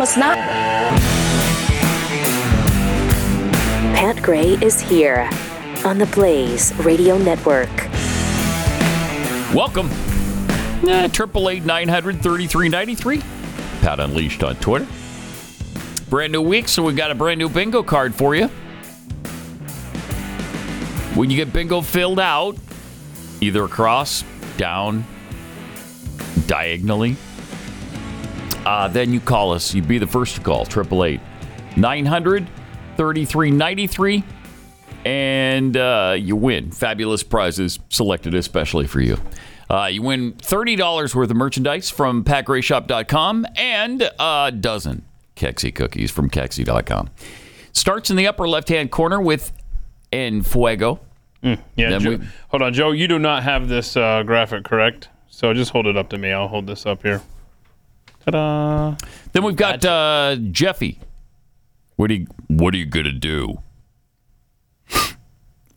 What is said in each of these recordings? It's not. Pat Gray is here on the Blaze Radio Network. Welcome. Eh, Triple eight nine hundred thirty three ninety three. Pat Unleashed on Twitter. Brand new week, so we got a brand new bingo card for you. When you get bingo filled out, either across, down, diagonally, uh, then you call us. You'd be the first to call. Triple eight nine hundred thirty three ninety three and uh, you win fabulous prizes selected especially for you. Uh, you win $30 worth of merchandise from packrayshop.com and a dozen Kexi cookies from Kexi.com. Starts in the upper left hand corner with En Fuego. Yeah, Then Joe, we- hold on, Joe. You do not have this uh, graphic correct, so just hold it up to me. I'll hold this up here. Ta-da! Then we've got uh, Jeffy. What are you What are you gonna do?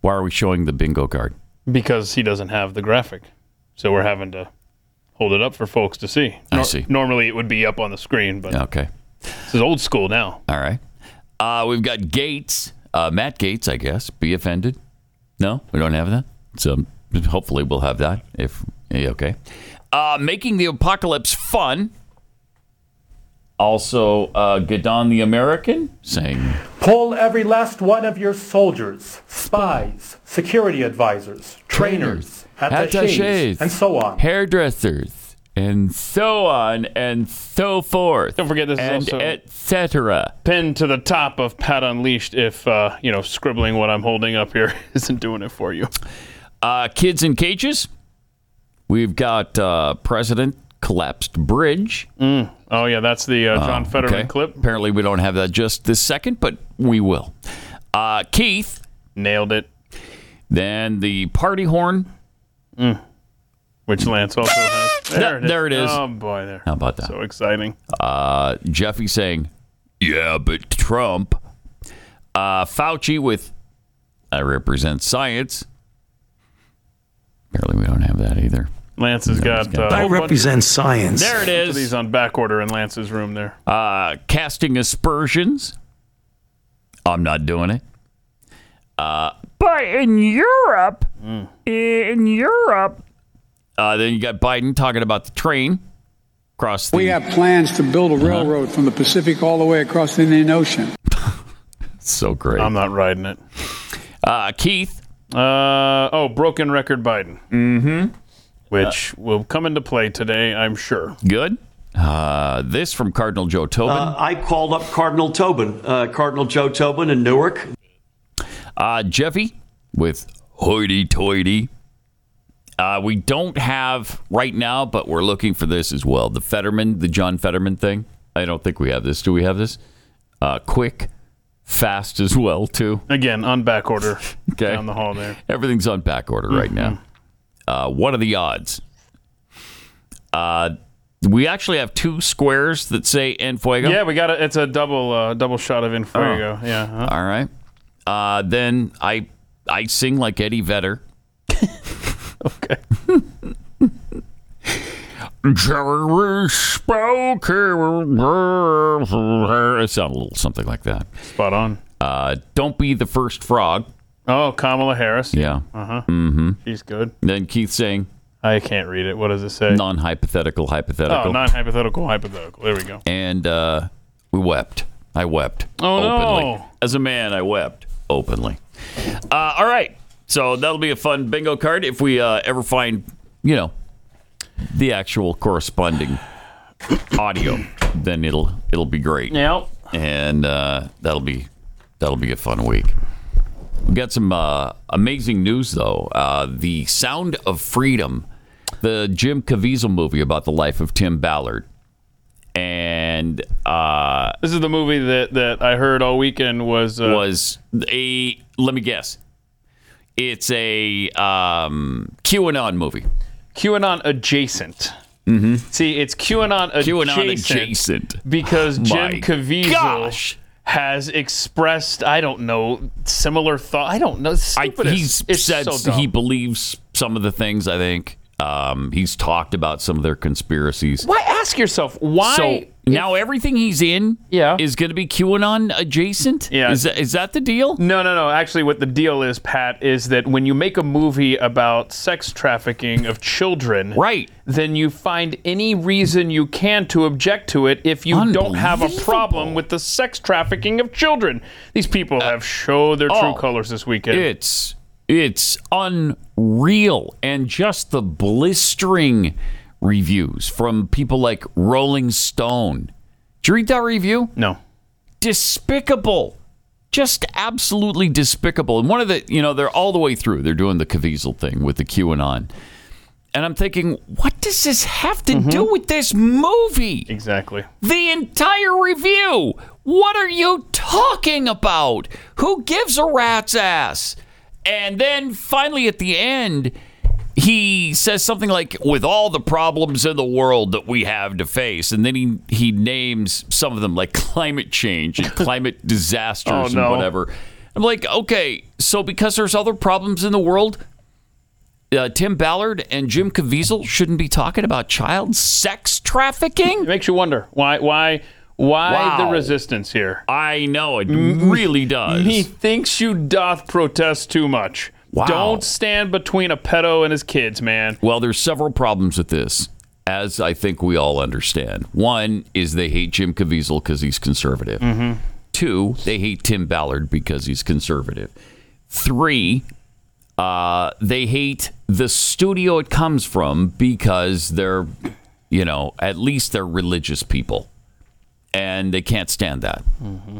Why are we showing the bingo card? Because he doesn't have the graphic, so we're having to hold it up for folks to see. I see. Normally, it would be up on the screen, but Okay. this is old school now. All right. Uh, we've got Gates, uh, Matt Gates, I guess. Be offended? No, we don't have that. So hopefully we'll have that. If eh, okay, uh, making the apocalypse fun. Also, uh, Gadon the American saying, Pull every last one of your soldiers, spies, security advisors, trainers, attachés, Attachés. and so on. hairdressers, and so on and so forth. Don't forget this is and also- etc. Pin to the top of Pat Unleashed. If uh, you know, scribbling what I'm holding up here isn't doing it for you. Uh, kids in cages. We've got uh, President collapsed bridge. Oh yeah, that's the uh, John Fetterman Okay. clip. Apparently, we don't have that just this second, but we will. Uh, Keith, Nailed it. then the party horn. Which Lance also has. There- there it is. Oh boy, there. How about that? So exciting. Uh, Jeffy saying, "Yeah, but Trump." Uh, Fauci with, "I represent science." Apparently, we don't have that either. Lance has got. Uh, I a bunch of represent science. There it these is. on back order in Lance's room there. Uh, casting aspersions. I'm not doing it. Uh, but in Europe, in Europe, uh, then you got Biden talking about the train across the We have plans to build a railroad from the Pacific all the way across the Indian Ocean. So great. Um, I'm not riding it. uh, Keith, Uh, oh, broken record Biden. Mm-hmm. Which will come into play today, I'm sure. good. Uh, this from Cardinal Joe Tobin. Uh, I called up Cardinal Tobin, uh, Cardinal Joe Tobin in Newark. Uh, Jeffy with hoity toity. Uh, we don't have right now, but we're looking for this as well. The Fetterman, the John Fetterman thing. I don't think we have this. Do we have this? Uh, quick, fast as well, too. Again, on back order Okay. down the hall there. Everything's on back order right now. Uh, what are the odds? Uh, we actually have two squares that say En Fuego. Yeah, we got it. It's a double uh, double shot of Infuego. Yeah. huh? All right. Uh, then I I sing like Eddie Vedder. Okay. Jerry Spoker. It sound a little something like that. Spot on. Uh, don't be the first frog. Oh, Kamala Harris. Yeah. She's good. Then Keith saying I can't read it. What does it say? non hypothetical hypothetical. Oh, non hypothetical, hypothetical. There we go. and uh, we wept. I wept Oh, openly. no. As a man, I wept openly. Uh, all right, so that'll be a fun bingo card if we uh, ever find, you know, the actual corresponding audio. Then it'll it'll be great, Now, and uh, that'll be that'll be a fun week. We got some uh, amazing news though. Uh, the Sound of Freedom, the Jim Caviezel movie about the life of Tim Ballard, and uh, this is the movie that, that I heard all weekend was. Uh, was a let me guess it's a um, qanon movie QAnon adjacent. See, it's QAnon adjacent. qanon adjacent Because My Jim Caviezel gosh. has expressed, I don't know, similar thought. I don't know. I, Stupid. he's it's said so dumb. he believes some of the things i think um, he's talked about some of their conspiracies why ask yourself why So- now everything he's in Yeah. is going to be QAnon adjacent? Yeah. Is that, is that the deal? No, no, no. Actually, what the deal is, Pat, is that when you make a movie about sex trafficking of children, Right. then you find any reason you can to object to it if you don't have a problem Unbelievable. with the sex trafficking of children. These people have showed their oh. true colors this weekend. It's it's unreal and just the blistering reviews from people like Rolling Stone. Did you read that review? no. despicable. Just absolutely despicable. And one of the, you know, they're all the way through. They're doing the Caviezel thing with the QAnon. And I'm thinking, what does this have to Mm-hmm. do with this movie? Exactly. The entire review. What are you talking about? Who gives a rat's ass? And then finally at the end, he says something like, with all the problems in the world that we have to face. And then he, he names some of them, like climate change and climate disasters Oh, and no. whatever. I'm like, okay, so because there's other problems in the world, uh, Tim Ballard and Jim Caviezel shouldn't be talking about child sex trafficking? It makes you wonder why, why, why the Wow. resistance here? I know it really does. He thinks you doth protest too much. Wow. Don't stand between a pedo and his kids, man. Well, there's several problems with this, as I think we all understand. One is they hate Jim Caviezel because he's conservative. Two, they hate Tim Ballard because he's conservative. Three, uh, they hate the studio it comes from because they're, you know, at least they're religious people, and they can't stand that.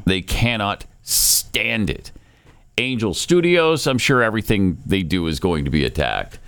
They cannot stand it. Angel Studios. I'm sure everything they do is going to be attacked.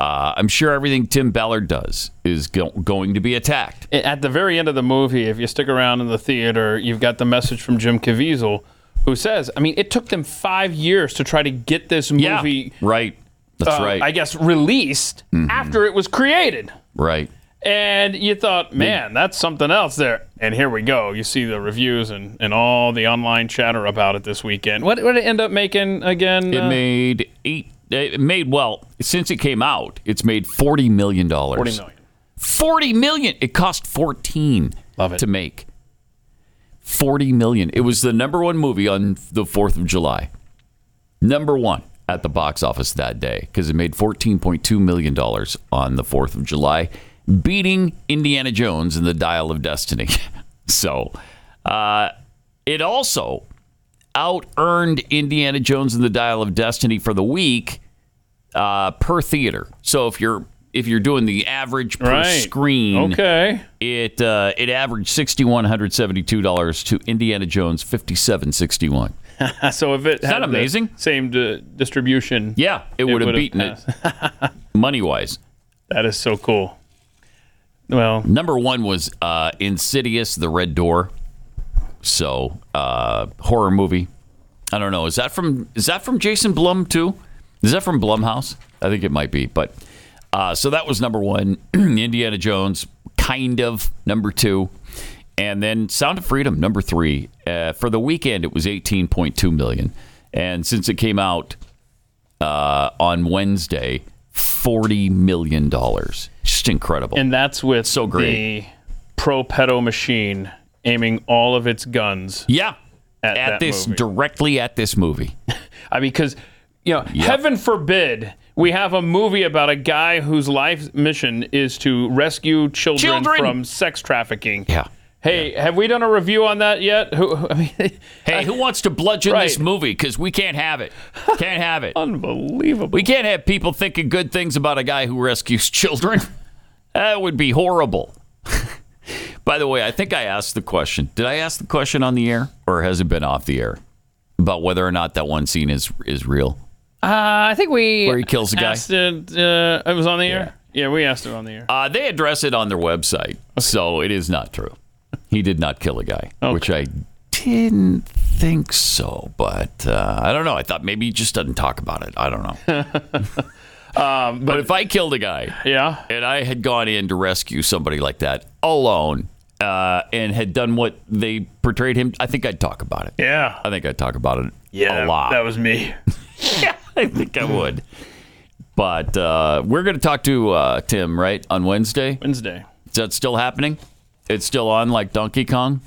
Uh, I'm sure everything Tim Ballard does is go- going to be attacked. at the very end of the movie, if you stick around in the theater, you've got the message from Jim Caviezel, who says, "I mean, it took them five years to try to get this movie, right. That's uh, right. Mm-hmm. I guess, released after it was created." right. And you thought, man, that's something else there. And here we go. You see the reviews and, and all the online chatter about it this weekend. What would it end up making again? It uh, made eight. It made well since it came out. It's made forty million dollars. 40 million. 40 million. It cost 14 Love it. to make. 40 million. It was the number one movie on the 4th of July. Number one at the box office that day because it made $14.2 million on the 4th of July, beating Indiana Jones and the Dial of Destiny. so uh, it also out earned Indiana Jones and the Dial of Destiny for the week uh, per theater. So if you're if you're doing the average per Right. screen, Okay. it uh, it averaged sixty one hundred seventy two dollars to Indiana Jones fifty seven sixty one. Uh, So if it Is that amazing? same di- distribution, Yeah, it would have would've beaten it money wise. That is so cool. Well, Number one was uh, Insidious: The Red Door, so uh, horror movie. I don't know. Is that from is that from Jason Blum too? Is that from Blumhouse? I think it might be. But uh, so that was number one. Indiana Jones, kind of number two, and then Sound of Freedom number three. Uh, for the weekend, it was eighteen point two million, and since it came out uh, on Wednesday, forty million dollars. Just incredible. And that's with So great. the pro pedo machine aiming all of its guns. Yeah. At that this movie. directly at this movie. I mean, because you know, heaven forbid we have a movie about a guy whose life mission is to rescue children, Children! from sex trafficking. Yeah. Hey, have we done a review on that yet? Who, who- I mean, Hey, who wants to bludgeon this Right. movie? Because we can't have it. Can't have it. unbelievable. we can't have people thinking good things about a guy who rescues children. that would be horrible. By the way, I think I asked the question. Did I ask the question on the air, or has it been off the air about whether or not that one scene is is real? Uh, I think we Where he kills the guy? Asked it, uh, it was on the air. Yeah, we asked it on the air. Uh, they address it on their website, so it is not true. He did not kill a guy, which I didn't think so, but uh, I don't know. I thought maybe he just doesn't talk about it. I don't know. um, but if I killed a guy yeah. and I had gone in to rescue somebody like that alone uh, and had done what they portrayed him, I think I'd talk about it. Yeah. I think I'd talk about it a Yeah. lot. That was me. I think I would. But uh, we're going to talk to uh, Tim, right, on Wednesday? Wednesday. Is that still happening? It's still on like Donkey Kong.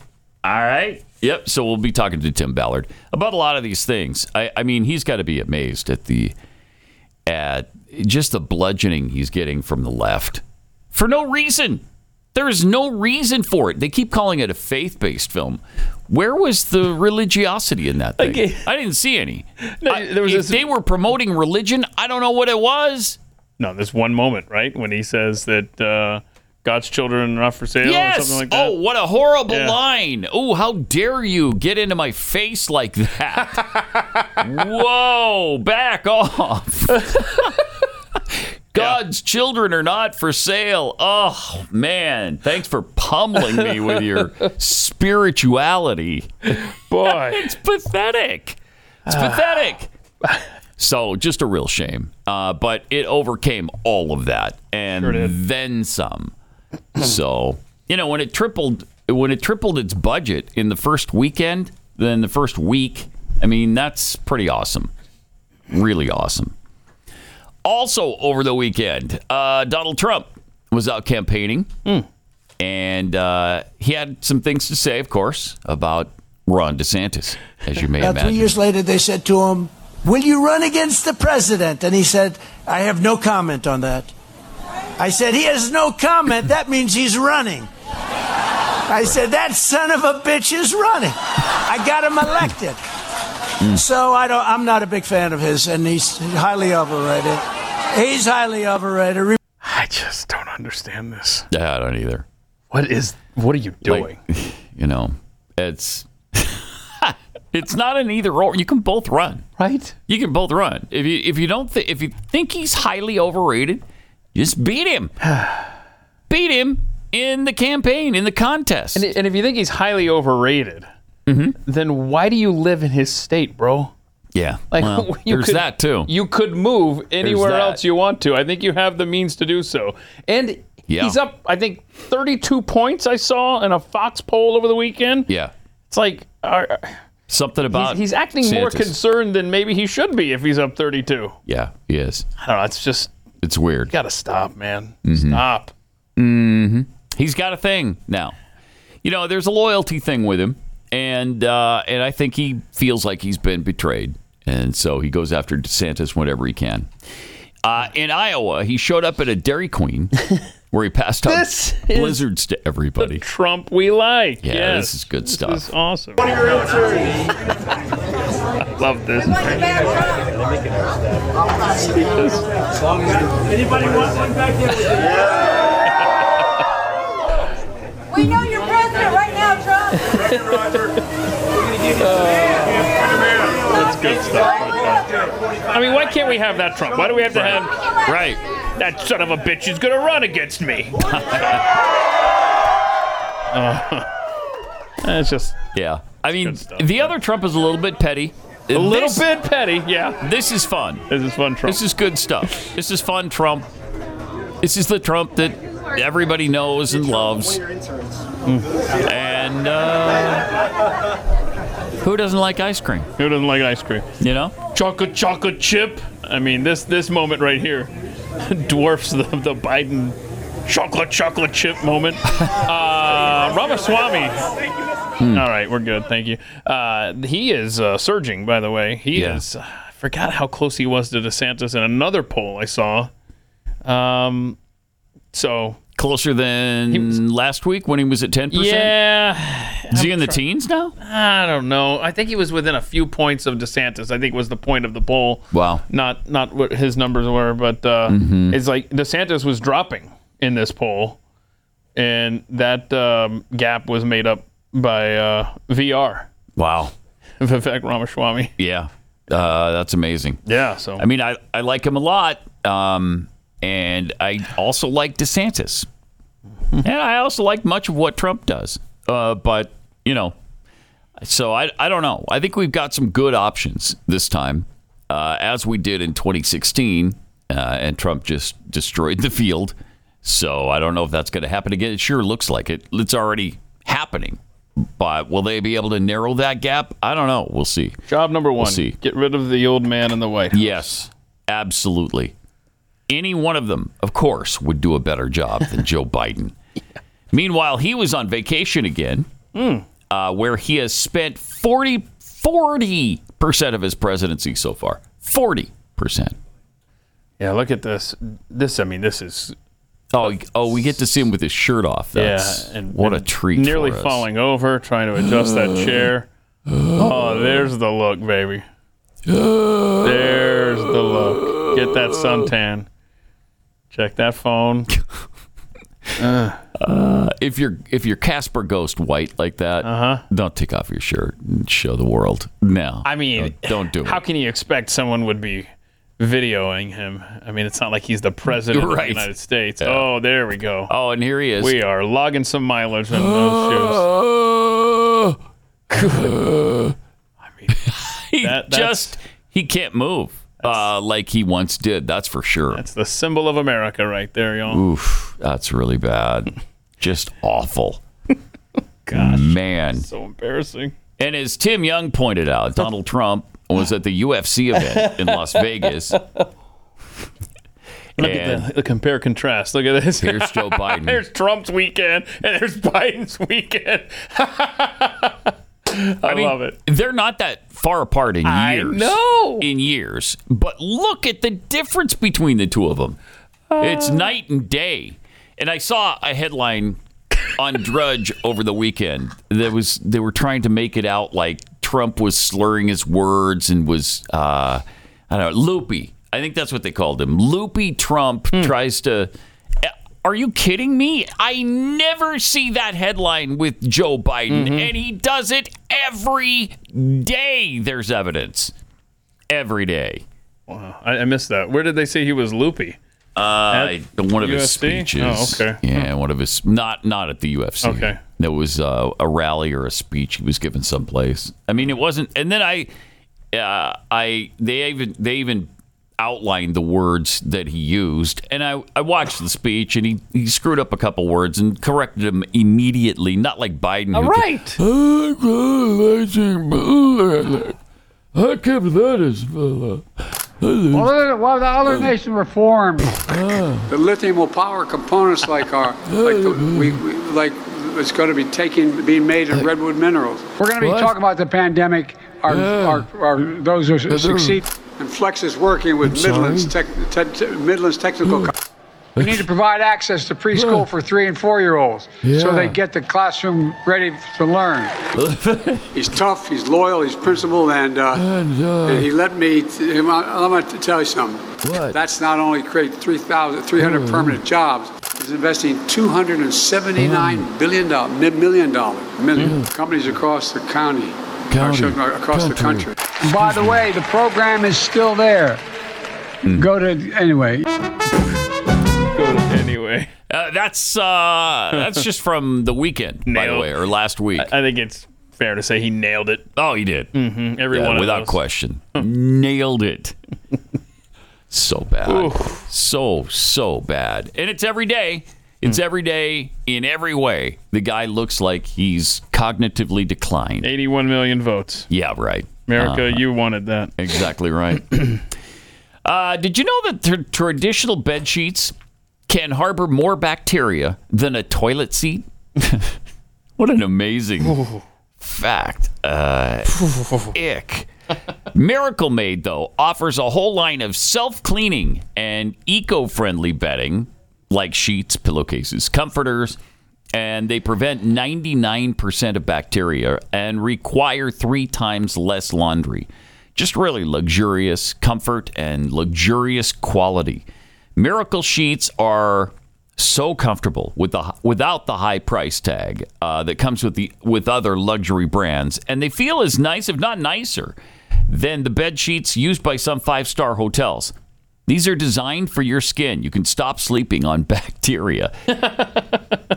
All right. Yep. So we'll be talking to Tim Ballard about a lot of these things. I, I mean, he's got to be amazed at the at just the bludgeoning he's getting from the left for no reason. There is no reason for it. They keep calling it a faith-based film. Where was the religiosity in that thing? Okay. I didn't see any. No, I- there was if this- they were promoting religion, I don't know what it was. No, there's one moment, right, when he says that uh, God's children are not for sale or Yes. something like that. Oh, what a horrible Yeah. line. Oh, how dare you get into my face like that? Whoa, back off. God's children are not for sale. Oh, man. Thanks for pummeling me with your spirituality. boy. It's pathetic. It's pathetic. Ah. So just a real shame. Uh, but it overcame all of that and then some. so you know when it tripled when it tripled its budget in the first weekend, then the first week. I mean that's pretty awesome. Really awesome. Also over the weekend, uh, Donald Trump was out campaigning and uh, he had some things to say, of course, about Ron DeSantis, as you may About three imagine. years later, they said to him, Will you run against the president? And he said, I have no comment on that. I said, He has no comment. That means he's running. I said, That son of a bitch is running. I got him elected. Mm. So I don't, I'm not a big fan of his, and he's highly overrated. He's highly overrated. I just don't understand this. Yeah, I don't either. What is? What are you doing? Like, you know, it's it's not an either or. You can both run. right? You can both run. If you if you don't th- if you think he's highly overrated, just beat him. beat him in the campaign in the contest. And if you think he's highly overrated, Mm-hmm. then why do you live in his state, bro? yeah, Like, well, you there's could- that too. You could move anywhere that. else you want to. I think you have the means to do so. And Yeah. he's up, I think, 32 points I saw in a Fox poll over the weekend. yeah, It's like are, something he's, about he's acting more DeSantis. concerned than maybe he should be if he's up 32. Yeah, he is. I don't know. It's just It's weird. got to stop, man. Mm-hmm. Stop. He's got a thing now. You know, there's a loyalty thing with him, and uh, and I think he feels like he's been betrayed, and so he goes after DeSantis whenever he can. Uh, in Iowa, he showed up at a Dairy Queen where he passed out This is blizzards to everybody. Trump, we like. Yeah, yes. this is good stuff. This is awesome. Love this. We know you're president right now, Trump. That's good stuff. right there. I mean, why can't we have that Trump? Why do we have to have Right. that son of a bitch is going to run against me? Uh, it's just Yeah. I mean, good stuff, the other Trump is a little bit petty. a little bit petty. Yeah, This is fun. this is fun, Trump. This is good stuff. This is fun Trump. This is the Trump that everybody knows and loves. And uh, who doesn't like ice cream? Who doesn't like ice cream? You know? Chocolate, chocolate chip. I mean, this this moment right here dwarfs the, the Biden chocolate, chocolate chip moment. Uh, Ramaswamy. All right, we're good. Thank you. Uh, he is uh, surging, by the way. He Yeah. is. uh, I forgot how close he was to DeSantis in another poll I saw. Um, so Closer than was- last week when he was at 10%? yeah, Is he in the teens now? I don't know. I think he was within a few points of DeSantis. I think was the point of the poll. Wow. Mm-hmm. not not what his numbers were, but uh, it's like DeSantis was dropping in this poll, and that um, gap was made up by uh, VR, Wow. Vivek Ramaswamy. Yeah. Uh, that's amazing. Yeah, so I mean, I, I like him a lot. Um, and I also like DeSantis. and I also like much of what Trump does. Uh, but, you know, so I, I don't know. I think we've got some good options this time, uh, as we did in 2016. Uh, and Trump just destroyed the field. So I don't know if that's going to happen again. It sure looks like it. It's already happening. But will they be able to narrow that gap? I don't know. We'll see. job number one: see. get rid of the old man in the White. House. Yes, absolutely. Any one of them, of course, would do a better job than Joe Biden. Meanwhile, he was on vacation again, Hmm. uh, where he has spent 40, 40% of his presidency so far. 40%. Yeah, look at this. This, I mean, this is Oh, oh, we get to see him with his shirt off. That's yeah, and what a and treat! Nearly for us. falling over, trying to adjust that chair. Oh, there's the look, baby. There's the look. Get that suntan. Check that phone. If you're if you're Casper Ghost white like that, uh-huh. don't take off your shirt and show the world. No, I mean, don't, don't do it. How can you expect someone would be videoing him? I mean, it's not like he's the president of Right. the United States. Oh, there we go. oh, and here he is. We are logging some mileage in those shoes. he That- that's- just he can't move uh, like he once did. That's for sure. That's the symbol of America right there, y'all. Oof, that's really bad. Just awful. Man. So embarrassing. And as Tim Young pointed out, Donald Trump was at the UFC event in Las Vegas. Look And- at the, the compare contrast. Look at this. Here's Joe Biden. there's Trump's weekend and there's Biden's weekend. I, mean, love it. They're not that far apart in I years. know. In years. But look at the difference between the two of them. it's night and day. And I saw a headline on Drudge over the weekend that was they were trying to make it out like Trump was slurring his words and was uh, I don't know, loopy. I think that's what they called him. Loopy Trump tries to are you kidding me? I never see that headline with Joe Biden, and he does it every day. There's evidence every day. I, I missed that. Where did they say he was loopy? Uh, one of his UFC? speeches. Oh, okay. Yeah, one of his not not at the UFC. Okay. There was uh, a rally or a speech he was given someplace. I mean, it wasn't. And then I, uh, I they even they even outlined the words that he used, and I I watched the speech, and he he screwed up a couple words and corrected them immediately. Not like Biden. All right. I kept that as Well, the other nation reformed. the lithium will power components like our, like the, we, we like it's going to be taking, being made of redwood minerals. We're going to be talking about the pandemic. Our, our, our those who succeed. And Flex is working with Midlands, tech, te- te- Midlands Technical. Co- we need to provide access to preschool for three and four year olds so they get the classroom ready to learn. he's tough, he's loyal, he's principled, and, uh, And, uh, and he let me. T- I'm, I'm going to tell you something. What? That's not only create 3,000 300 permanent jobs. He's investing Mm. 279 billion dollars, million dollars, million companies across the county, County, or across the country. country. By the way, the program is still there. Mm. Go to anyway. Anyway, Uh, that's uh, that's just from the weekend, by the Nailed. way, or last week. I think it's fair to say he nailed it. oh, he did. Every Yeah, one of without those. question. Nailed it. so bad. So, so bad. And it's every day. It's Mm. every day in every way. The guy looks like he's cognitively declined. 81 million votes. Yeah, right. America, Uh-huh. you wanted that. Exactly right. uh, did you know that tr- traditional bed sheets can harbor more bacteria than a toilet seat? what an amazing fact. Uh, ick. Miracle Made, though, offers a whole line of self cleaning and eco friendly bedding like sheets, pillowcases, comforters, and they prevent 99% of bacteria and require three times less laundry. Just really luxurious comfort and luxurious quality. Miracle sheets are so comfortable with the without the high price tag uh, that comes with the with other luxury brands, and they feel as nice, if not nicer, than the bed sheets used by some five star hotels. These are designed for your skin. You can stop sleeping on bacteria.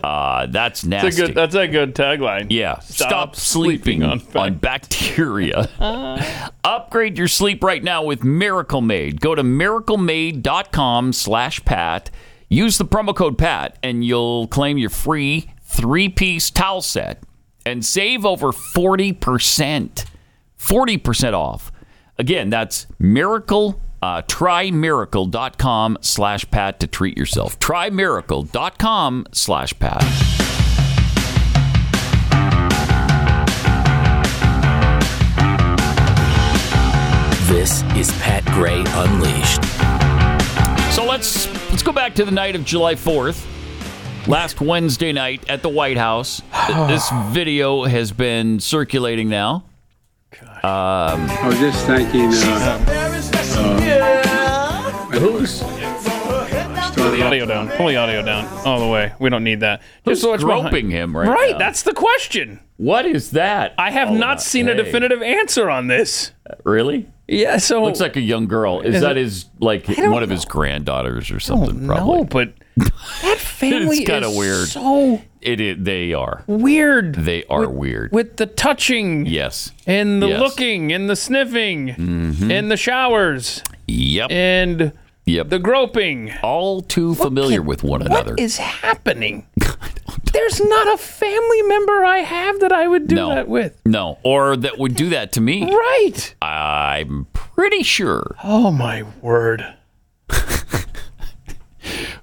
uh, that's nasty. That's a good, that's a good tagline. Yeah. Stop, sleeping, on, bacteria. Upgrade your sleep right now with Miracle Made. Go to miraclemade.com slash Pat. Use the promo code Pat and you'll claim your free three piece towel set and save over 40%. 40% off. Again, that's miracle, uh, trymiracle.com slash Pat to treat yourself. Trymiracle.com slash Pat. This is Pat Gray Unleashed. So let's let's go back to the night of July 4th. Last Wednesday night at the White House. Th- this video has been circulating now. Um, I was Oh, just thanking. Uh, uh, Who's? Pull the audio down. Pull the audio down all the way. We don't need that. Who's Just what's groping behind- him right Right. now? That's the question. What is that? I have all not about? seen a Hey. definitive answer on this. Really? Yeah. So Looks like a young girl. Is, Oh. Is that it- his like one of his granddaughters or something? Probably. no, but that family it's kind of is weird. So it, i- they are. weird. They are weird. with the touching yes. and the Yes. Mm-hmm. looking and the sniffing and the showers Yep. and Yep. Eh, the groping. All too familiar with one another. What is happening? There's not a family member I have that I would do No. that with. no, or that would do that to me. Right. I'm pretty sure. Oh my word.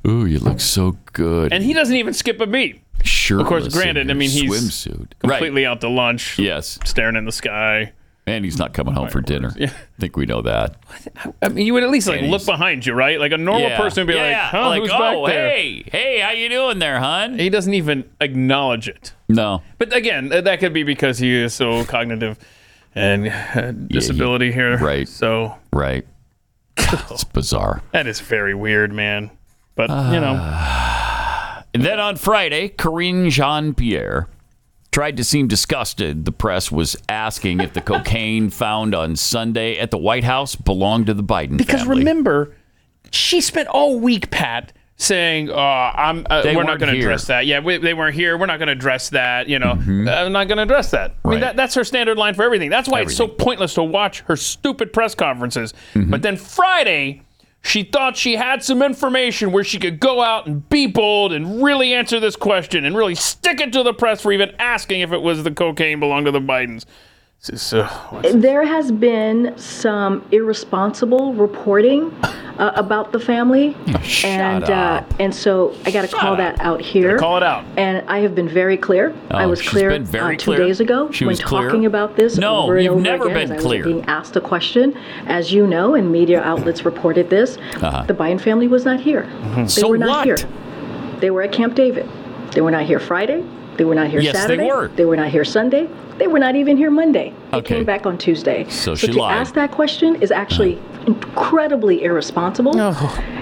Ooh, you look so good. And he doesn't even skip a beat. sure. Of course, granted, I mean he's swimsuit. completely Right. out to lunch, Yes. staring in the sky. And he's not coming home for dinner. I think we know that. I mean, you would at least like And look he's- behind you, right? Like a normal Yeah. person would be Yeah. like, "Huh, Like, who's oh, back there?" hey, hey, how you doing there, hon? He doesn't even acknowledge it. No. But again, th- that could be because he is so cognitive and uh, disability here. right. So Right. it's bizarre. that is very weird, man. But you know, And then on Friday, Corinne Jean Pierre tried to seem disgusted. The press was asking if the cocaine found on Sunday at the White House belonged to the Biden because family. remember, she spent all week, Pat, saying, "Oh, I'm. Uh, They we're not weren't going to here. address that. Yeah, we, they weren't here. We're not going to address that. You know, Uh, I'm not going to address that. I mean, Mm-hmm. Right. that, that's her standard line for everything. That's why it's so pointless to watch her stupid press conferences. Mm-hmm. But then Friday." She thought she had some information where she could go out and be bold and really answer this question and really stick it to the press for even asking if it was the cocaine belonged to the Bidens. This is, uh, There has been some irresponsible reporting uh, about the family, and uh, and so I got to call that out here. call it out. And I have been very clear. I Oh, was she's clear been very uh, two clear. days ago She when was clear. talking about this No, over and you've over never again. been as clear. I was being asked the question, as you know, and media outlets reported this. Uh-huh. The Biden family was not here. They So were not what? here. They were at Camp David. They were not here Friday. They were not here Yes, they Saturday. were. They were not here Sunday. They were not even here Monday. They Okay. came back on Tuesday. So she to lied. ask that question is actually Uh-huh. incredibly irresponsible.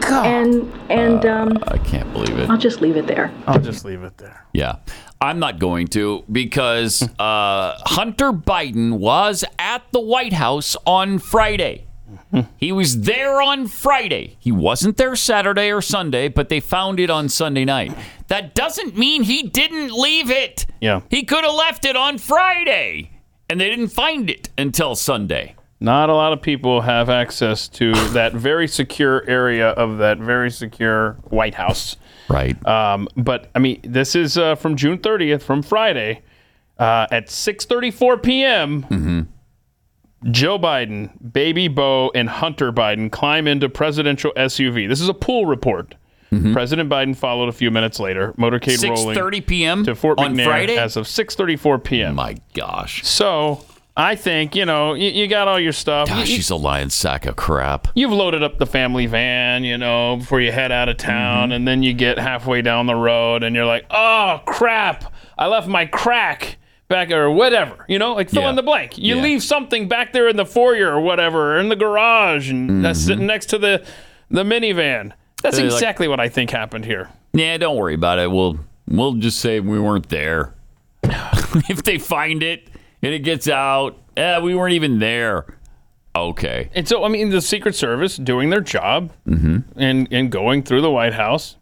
And and um, I can't believe it. I'll just leave it there. I'll just leave it there. Yeah. I'm not going to because uh, Hunter Biden was at the White House on Friday. Mm-hmm. He was there on Friday. He wasn't there Saturday or Sunday, but they found it on Sunday night. That doesn't mean he didn't leave it. Yeah. He could have left it on Friday, and they didn't find it until Sunday. Not a lot of people have access to that very secure area of that very secure White House. Right. Um, but I mean, this is uh, from June 30th, from Friday, uh, at 6:34 p.m. Mm-hmm. Joe Biden, Baby Bo, and Hunter Biden climb into presidential SUV. This is a pool report. Mm-hmm. President Biden followed a few minutes later, motorcade rolling 6:30 p.m. to Fort on McNair Friday. as of 6:34 p.m. My gosh. So I think you know you, you got all your stuff. You- Gosh, you- she's a lion sack of crap. you've loaded up the family van, you know, before you head out of Mm-hmm. town, and then you get halfway down the road and you're like, oh, crap, I left my crack back or whatever, you know, like fill Yeah. in the blank. You Yeah. leave something back there in the foyer or whatever, or in the garage, and that's sitting next to the, the minivan. Mm-hmm. That's They're like- exactly what I think happened here. Yeah, don't worry about it. We'll we'll just say we weren't there. if they find it and it gets out, eh, we weren't even there. Okay. And so, I mean, the Secret Service doing their job and, and going through the White House,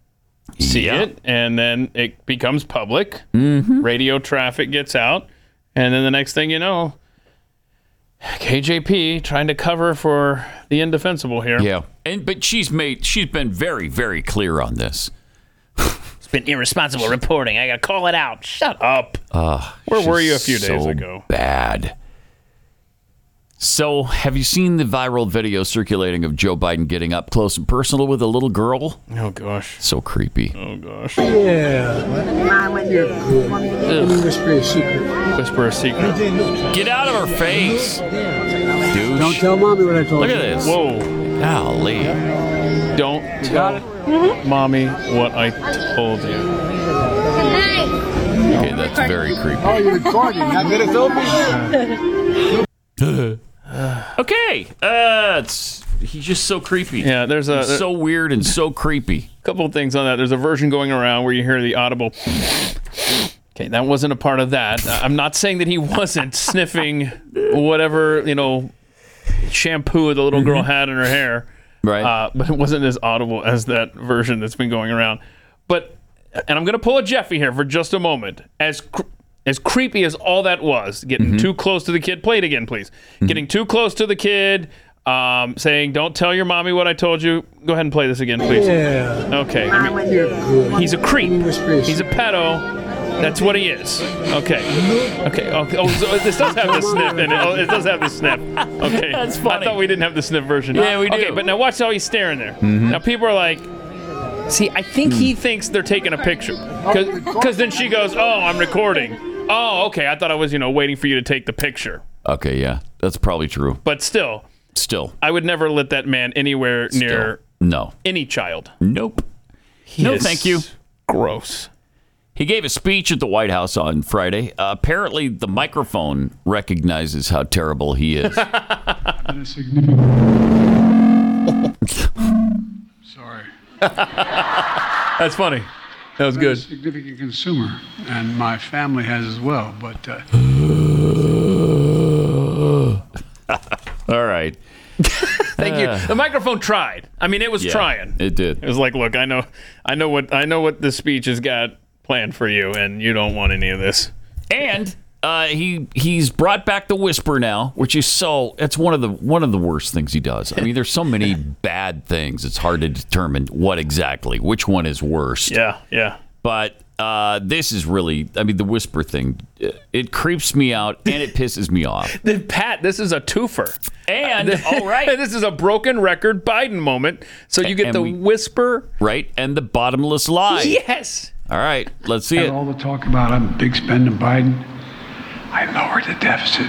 Mm-hmm. see Yeah. Mm-hmm. it, and then it becomes public. Radio traffic gets out. And then the next thing you know, KJP trying to cover for the indefensible here. Yeah. And but she's made she's been very very clear on this. It's been irresponsible reporting. I got to call it out. Ah, Shut up. Where were you a few days So ago? Bad. So, have you seen the viral video circulating of Joe Biden getting up close and personal with a little girl? Oh gosh, so creepy. Oh gosh. Yeah. You're good. Let me whisper you a secret. Whisper a secret. Get out of her face, douche. Don't tell mommy what I told Look you. at this. Whoa. Golly. Don't tell mommy what I told you. Okay, that's very creepy. Oh, you're recording. Not good at filming. okay, uh, it's he's just so creepy. Yeah, uh, there's a He's so weird and so creepy. A couple of things on that. There's a version going around where you hear the audible. Okay, that wasn't a part of that. I- I'm not saying that he wasn't sniffing whatever you know shampoo the little girl had in her hair, right? Uh, but it wasn't as audible as that version that's been going around. But and I'm gonna pull a Jeffy here for just a moment. As cr- as creepy as all that was, getting too close to the kid. Play it again, please. Getting too close to the kid. Um, saying, "Don't tell your mommy what I told you." Go ahead and play this again, please. Yeah. Okay. I mean, You're good. He's a creep. He's a pedo. That's what he is. Okay. Okay. Oh, oh, so this does have the sniff in it. Oh, it does have the sniff. Okay. That's funny. I thought we didn't have the sniff version. Yeah, we Okay, do. but now watch how he's staring there. Mhm. Now people are like, see, I think he thinks they're taking a picture. Because then she goes, oh, I'm recording. Oh, okay. I thought I was, you know, waiting for you to take the picture. Okay, yeah, that's probably true. But still, Still, I would never let that man anywhere near no, any child. nope. He no, is thank you. Gross. He gave a speech at the White House on Friday. Uh, apparently, the microphone recognizes how terrible he is. Sorry. That's funny. That was I'm A good. significant consumer, and my family has as well. But uh, All right. Thank you. The microphone tried. I mean, it was Yeah, trying. It did. It was like, look, I know, I know what, I know what the speech has got planned for you, and you don't want any of this. And uh, he he's brought back the whisper now, which is so. It's one of the one of the worst things he does. I mean, there's so many bad things. It's hard to determine what exactly which one is worst. Yeah, yeah. But uh, this is really. I mean, the whisper thing. uh, It creeps me out and it pisses me off. Then Pat, this is a twofer. And all right. this is a broken record Biden moment. So you get And the we- whisper. Right. And the bottomless lie. Yes. All right. Let's see all the talk about I'm big spending Biden. I lowered the deficit.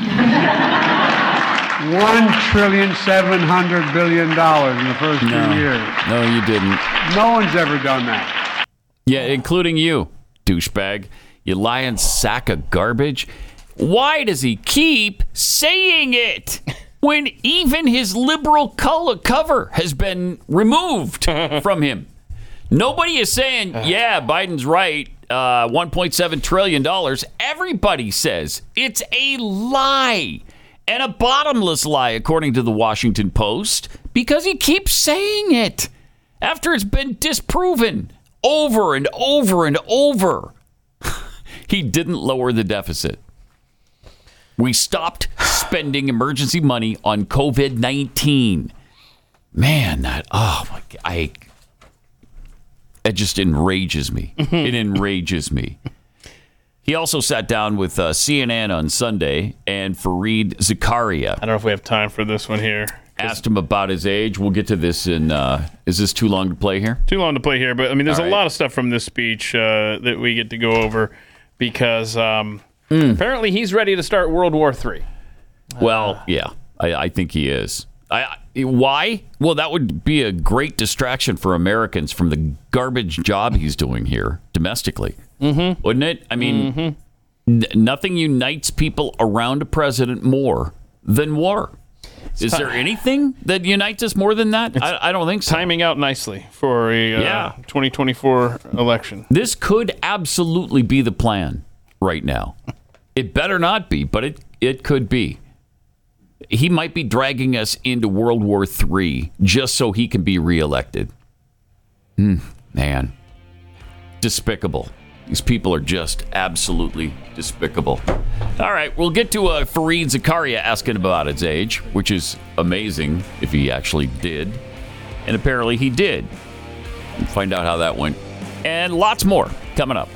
One trillion seven hundred billion dollars in the first No. two years. No, you didn't. No one's ever done that. Yeah, including you, douchebag. You lying sack of garbage. Why does he keep saying it when even his liberal color cover has been removed from him? Nobody is saying, yeah, Biden's right, uh, $1.7 trillion. Everybody says it's a lie and a bottomless lie, according to the Washington Post, because he keeps saying it after it's been disproven over and over and over. he didn't lower the deficit. We stopped spending emergency money on COVID 19. Man, that, oh my God, I, it just enrages me. it enrages me. He also sat down with uh, CNN on Sunday and Fareed Zakaria. I don't know if we have time for this one here. Asked him about his age. We'll get to this in. Uh, is this too long to play here? Too long to play here, but I mean, there's All a right. lot of stuff from this speech uh, that we get to go over because um, Hmm. apparently he's ready to start World War III. Well, yeah, I, I think he is. I, I- why? Well, that would be a great distraction for Americans from the garbage job he's doing here domestically, mm-hmm. wouldn't it? I mean, n- nothing unites people around a president more than war. Is there anything that unites us more than that? I, I don't think so. Timing out nicely for a uh, Yeah. 2024 election. This could absolutely be the plan right now. It better not be, but it, it could be. He might be dragging us into World War III just so he can be reelected. Hmm, man, despicable. These people are just absolutely despicable. All right, we'll get to uh, Fareed Zakaria asking about his age, which is amazing if he actually did. And apparently he did. We'll find out how that went. And lots more coming up.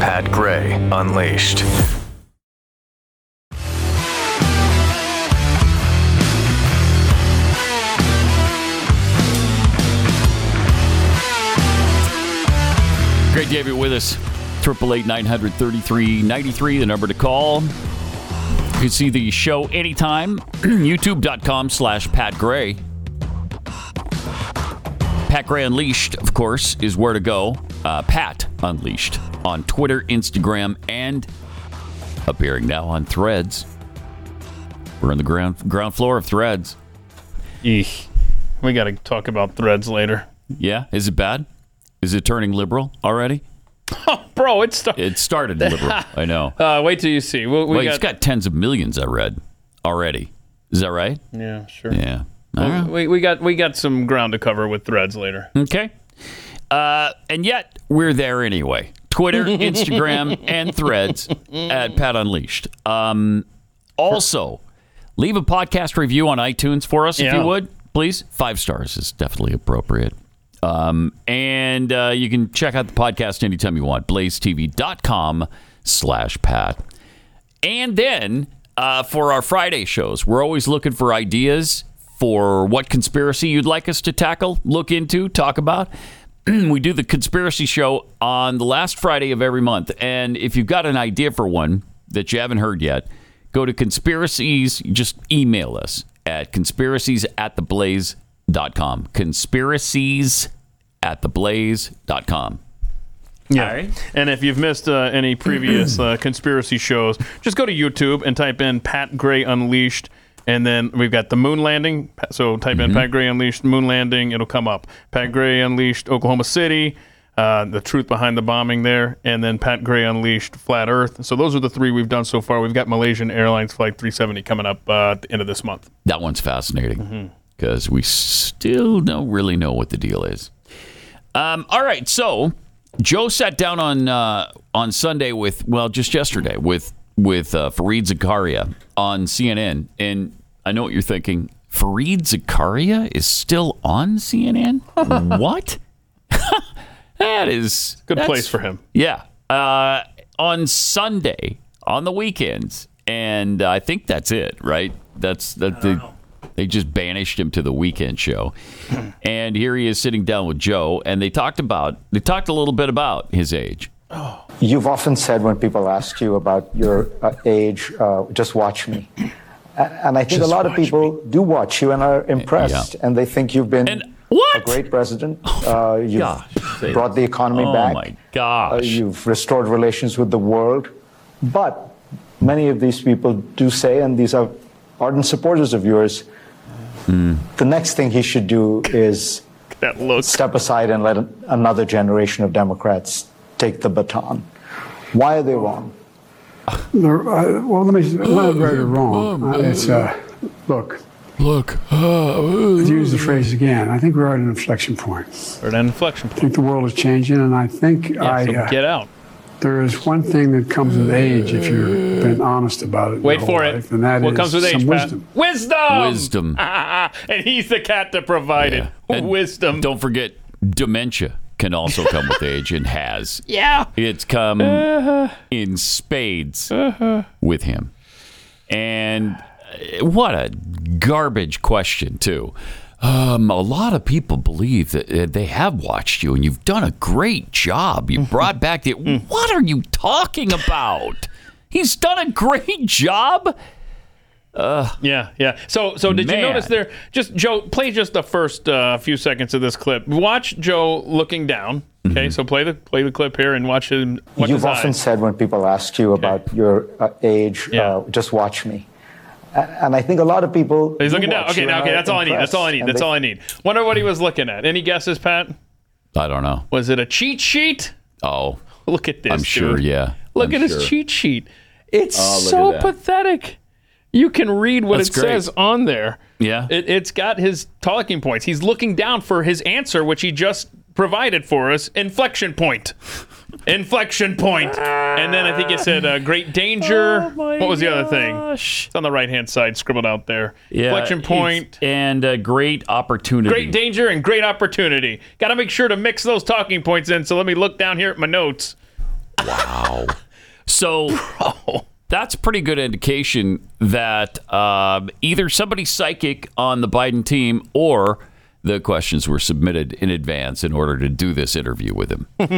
Pat Gray Unleashed. Great to have you with us. 888-933-93, the number to call. You can see the show anytime. YouTube.com slash Pat Gray. Pat Gray Unleashed, of course, is where to go. Uh, Pat Unleashed on Twitter, Instagram, and appearing now on Threads. We're on the ground ground floor of Threads. Eek. We got to talk about Threads later. Yeah, is it bad? Is it turning liberal already? Bro, it started. It started liberal. I know. Uh, wait till you see. We, we Wait, got, it's got tens of millions. I read already. Is that right? Yeah, sure. Yeah. All We- right. we, we got we got some ground to cover with Threads later. Okay. Uh, and yet we're there anyway. Twitter, Instagram, and Threads at Pat Unleashed. Um, also, leave a podcast review on iTunes for us if Yeah. you would, please. Five stars is definitely appropriate. Um, and uh, you can check out the podcast anytime you want. BlazeTV.com slash Pat. And then uh, for our Friday shows, we're always looking for ideas for what conspiracy you'd like us to tackle, look into, talk about. we do the conspiracy show on the last Friday of every month. And if you've got an idea for one that you haven't heard yet, go to conspiracies, just email us at conspiracies at theblaze.com. Conspiracies at theblaze.com. Yeah. And if you've missed uh, any previous uh, conspiracy shows, just go to YouTube and type in Pat Gray Unleashed. And then we've got the moon landing. Pa- So type in Pat Gray Unleashed moon landing. It'll come up. Pat Gray Unleashed Oklahoma City. Uh, the truth behind the bombing there, and then Pat Gray unleashed Flat Earth. So those are the three we've done so far. We've got Malaysian Airlines Flight 370 coming up uh, at the end of this month. That one's fascinating because we still don't really know what the deal is. Um, all right, so Joe sat down on uh, on Sunday with well, just yesterday with with uh, Fareed Zakaria on CNN, and I know what you're thinking. Fareed Zakaria is still on CNN. what? that is Good that's- place for him. yeah. Uh, on Sunday, on the weekends. And I think that's it, right? That's that they, they just banished him to the weekend show. and here he is sitting down with Joe and they talked about they talked a little bit about his age. You've often said when people ask you about your uh, age, uh, just watch me. A- And I think Just a lot of people do watch you and are impressed, and they think you've been a great president. Uh, you've Say brought the economy Oh, back. Uh, my gosh. you've restored relations with the world. But many of these people do say, and these are ardent supporters of yours, the next thing he should do is step aside and let an- another generation of Democrats take the baton. Why are they wrong? No, I- well, let me. I'm not very wrong. Oh, Uh, It's man. uh, look. Look. to use the phrase again. I think we're at an inflection point. We're at an inflection I think the world is changing, and I think I. so uh, get out. There is one thing that comes with age if you've been honest about it. your Wait whole for it. life, and that what is comes with some age, wisdom. Pat? Wisdom. Wisdom. and he's the cat that provided wisdom. Don't forget dementia can also come with age and has. Yeah. It's come Uh-huh. in spades Uh-huh. with him. And uh, what a garbage question, too. Um, a lot of people believe that uh, they have watched you and you've done a great job. You brought back the. What are you talking about? He's done a great job. Uh, yeah, yeah. So, so did Man. you notice there? Just Joe, play just the first uh, few seconds of this clip. Watch Joe looking down. Okay, Mm-hmm. so play the play the clip here and watch him. Watch You've his often eyes. said when people ask you about your uh, age, uh, just watch me. A- And I think a lot of people. He's do looking down. watch Okay, you and now, okay. are That's all I need. That's all I need. impressed, That's and all I need. Wonder what he was looking at. Any guesses, Pat? I don't know. Was it a cheat sheet? Oh, look at this. I'm sure, dude. yeah. Look I'm at sure. his cheat sheet. It's Oh, look at so that. pathetic. You can read what That's it great. says on there. Yeah. It, it's got his talking points. He's looking down for his answer, which he just provided for us. Inflection point. Inflection point. And then I think it said uh, great Oh danger. what was the other thing? It's on the right hand side, scribbled out there. Inflection point. it's- And a great opportunity. Great danger and great opportunity. Got to make sure to mix those talking points in. So let me look down here at my notes. Wow. so that's a pretty good indication that um, either somebody's psychic on the Biden team or the questions were submitted in advance in order to do this interview with him. Uh,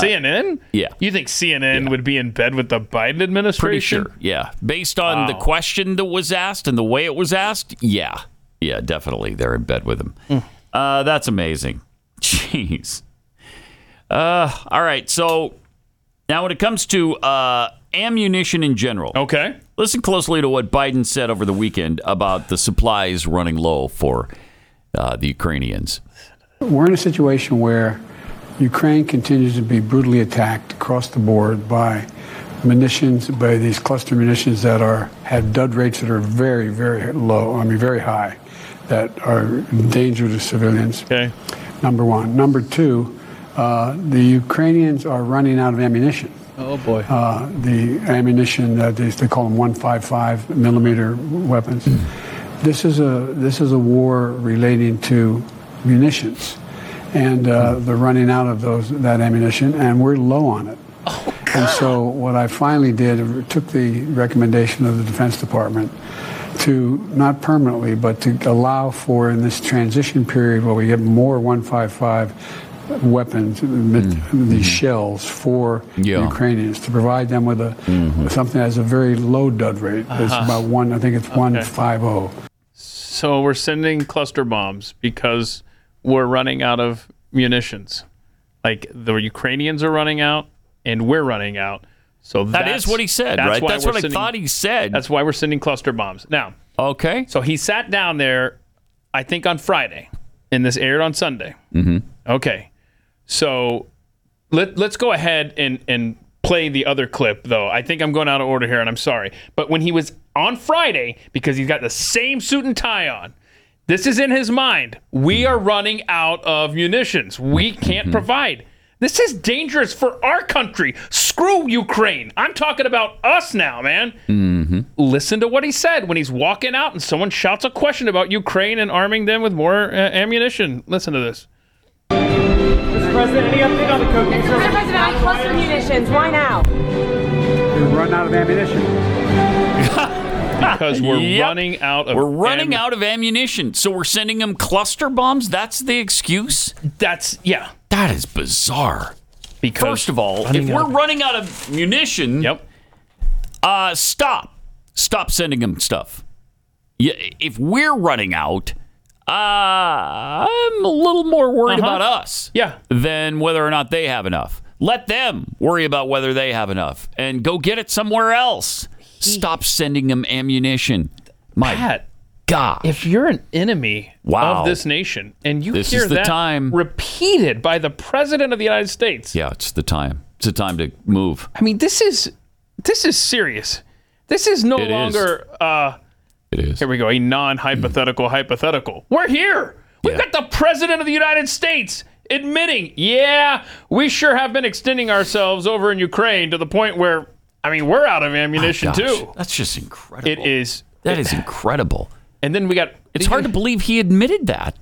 CNN? Yeah. You think CNN would be in bed with the Biden administration? Pretty sure. Yeah. Based on the Wow. question that was asked and the way it was asked, yeah. Yeah, definitely. They're in bed with him. Hmm. Uh, that's amazing. Jeez. Uh, all right. So now, when it comes to uh, ammunition in general, okay. Listen closely to what Biden said over the weekend about the supplies running low for uh, the Ukrainians. We're in a situation where Ukraine continues to be brutally attacked across the board by munitions, by these cluster munitions that are have dud rates that are very, very low. I mean, very high, that are a danger to civilians. Okay. Number one. Number two, uh, the Ukrainians are running out of ammunition. Oh boy! Uh, the ammunition that they, they call them 155 millimeter weapons. This is a this is a war relating to munitions, and uh, they're running out of those that ammunition, and we're low on it. And so what I finally did uh, took the recommendation of the Defense Department to not permanently, but to allow for in this transition period where we get more 155 weapons, uh, mit- these shells for Yeah. Ukrainians to provide them with a something that has a very low dud rate. It's Uh-huh. about one, oh. I think it's 150. So we're sending cluster bombs because we're running out of munitions. Like the Ukrainians are running out and we're running out. So That that's, is what he said, that's right? why That's we're what I sending- thought he said. That's why we're sending cluster bombs. Now, okay. So he sat down there, I think on Friday, and this aired on Sunday. Mm-hmm. Okay. So let, let's go ahead and, and play the other clip, though. I think I'm going out of order here, and I'm sorry. But when he was on Friday, because he's got the same suit and tie on, this is in his mind. We are running out of munitions. We can't provide. This is dangerous for our country. Screw Ukraine. I'm talking about us now, man. Mm-hmm. Listen to what he said when he's walking out and someone shouts a question about Ukraine and arming them with more uh, ammunition. Listen to this. Mr. President, any update on the cocaine Mr. President, on cluster munitions, why now? We run out of ammunition. because we're running out of Ah, We're running am- out of ammunition, so we're sending them cluster bombs. That's the excuse. That's yeah. That is bizarre. Because first of all, Running if out we're of- running out of munition, yep. Uh, stop, stop sending them stuff. Yeah, if we're running out, uh, I'm a little more worried Uh-huh. about us. Yeah. Than whether or not they have enough. Let them worry about whether they have enough and go get it somewhere else. Stop sending them ammunition. My Pat, God. If you're an enemy Wow. of this nation and you This hear is the that time. repeated by the president of the United States, Yeah, it's the time. It's the time to move. I mean this is this is serious. This is no It is. longer uh it is. Here we go, a non-hypothetical Hmm. hypothetical. We're here. We've got the president of the United States admitting, "Yeah, we sure have been extending ourselves over in Ukraine to the point where I mean, we're out of ammunition Oh, Gosh, too." That's just incredible. It is That is incredible. And then we got. It's hard to believe he admitted that,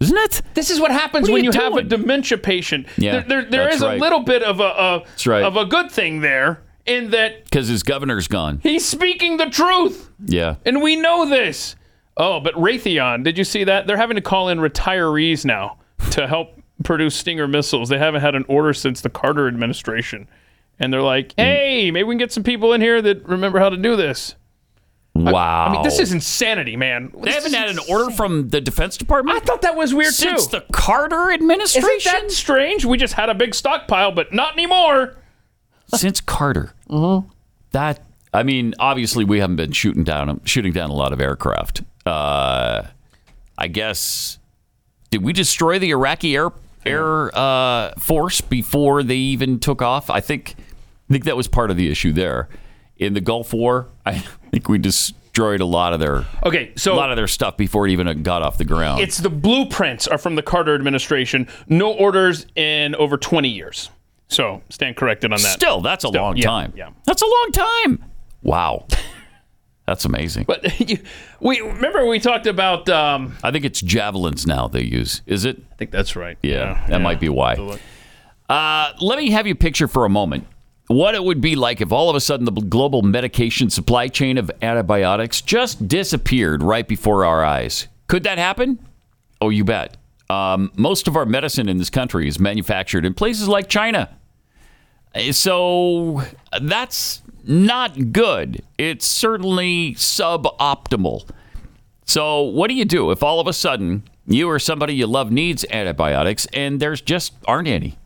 isn't it? This is what happens What are when you you have a doing? dementia patient. Yeah, there, there, there that's is right. a little bit of a, a That's right. of a good thing there in that Because his governor's gone. he's speaking the truth, Yeah. and we know this. Oh, but Raytheon, did you see that? They're having to call in retirees now to help produce Stinger missiles. They haven't had an order since the Carter administration, and they're like, Mm. "Hey, maybe we can get some people in here that remember how to do this." Wow. I mean, this is insanity, man. Oh. They haven't had an order from the Defense Department. I thought that was weird Since too. the Carter administration. Isn't that strange? We just had a big stockpile, but not anymore. since Carter. That I mean, obviously we haven't been shooting down shooting down a lot of aircraft. Uh, I guess did we destroy the Iraqi air air uh, force before they even took off? I think I think that was part of the issue there in the Gulf War. I think we destroyed a lot of their Okay, so- a lot of their stuff before it even got off the ground. It's the blueprints are from the Carter administration. No orders in over 20 years. So stand corrected on that. Still, that's a Still, long yeah, time. Yeah. That's a long time. Wow, that's amazing. But you, we remember we talked about. Um, I think it's javelins now they use. Is it? I think that's right. Yeah, that might be why. Uh, let me have you picture for a moment what it would be like if all of a sudden the global medication supply chain of antibiotics just disappeared right before our eyes. Could that happen? Oh, you bet. Um, most of our medicine in this country is manufactured in places like China. Uh, So that's not good. It's certainly suboptimal. So, what do you do if all of a sudden you or somebody you love needs antibiotics and there's just aren't any?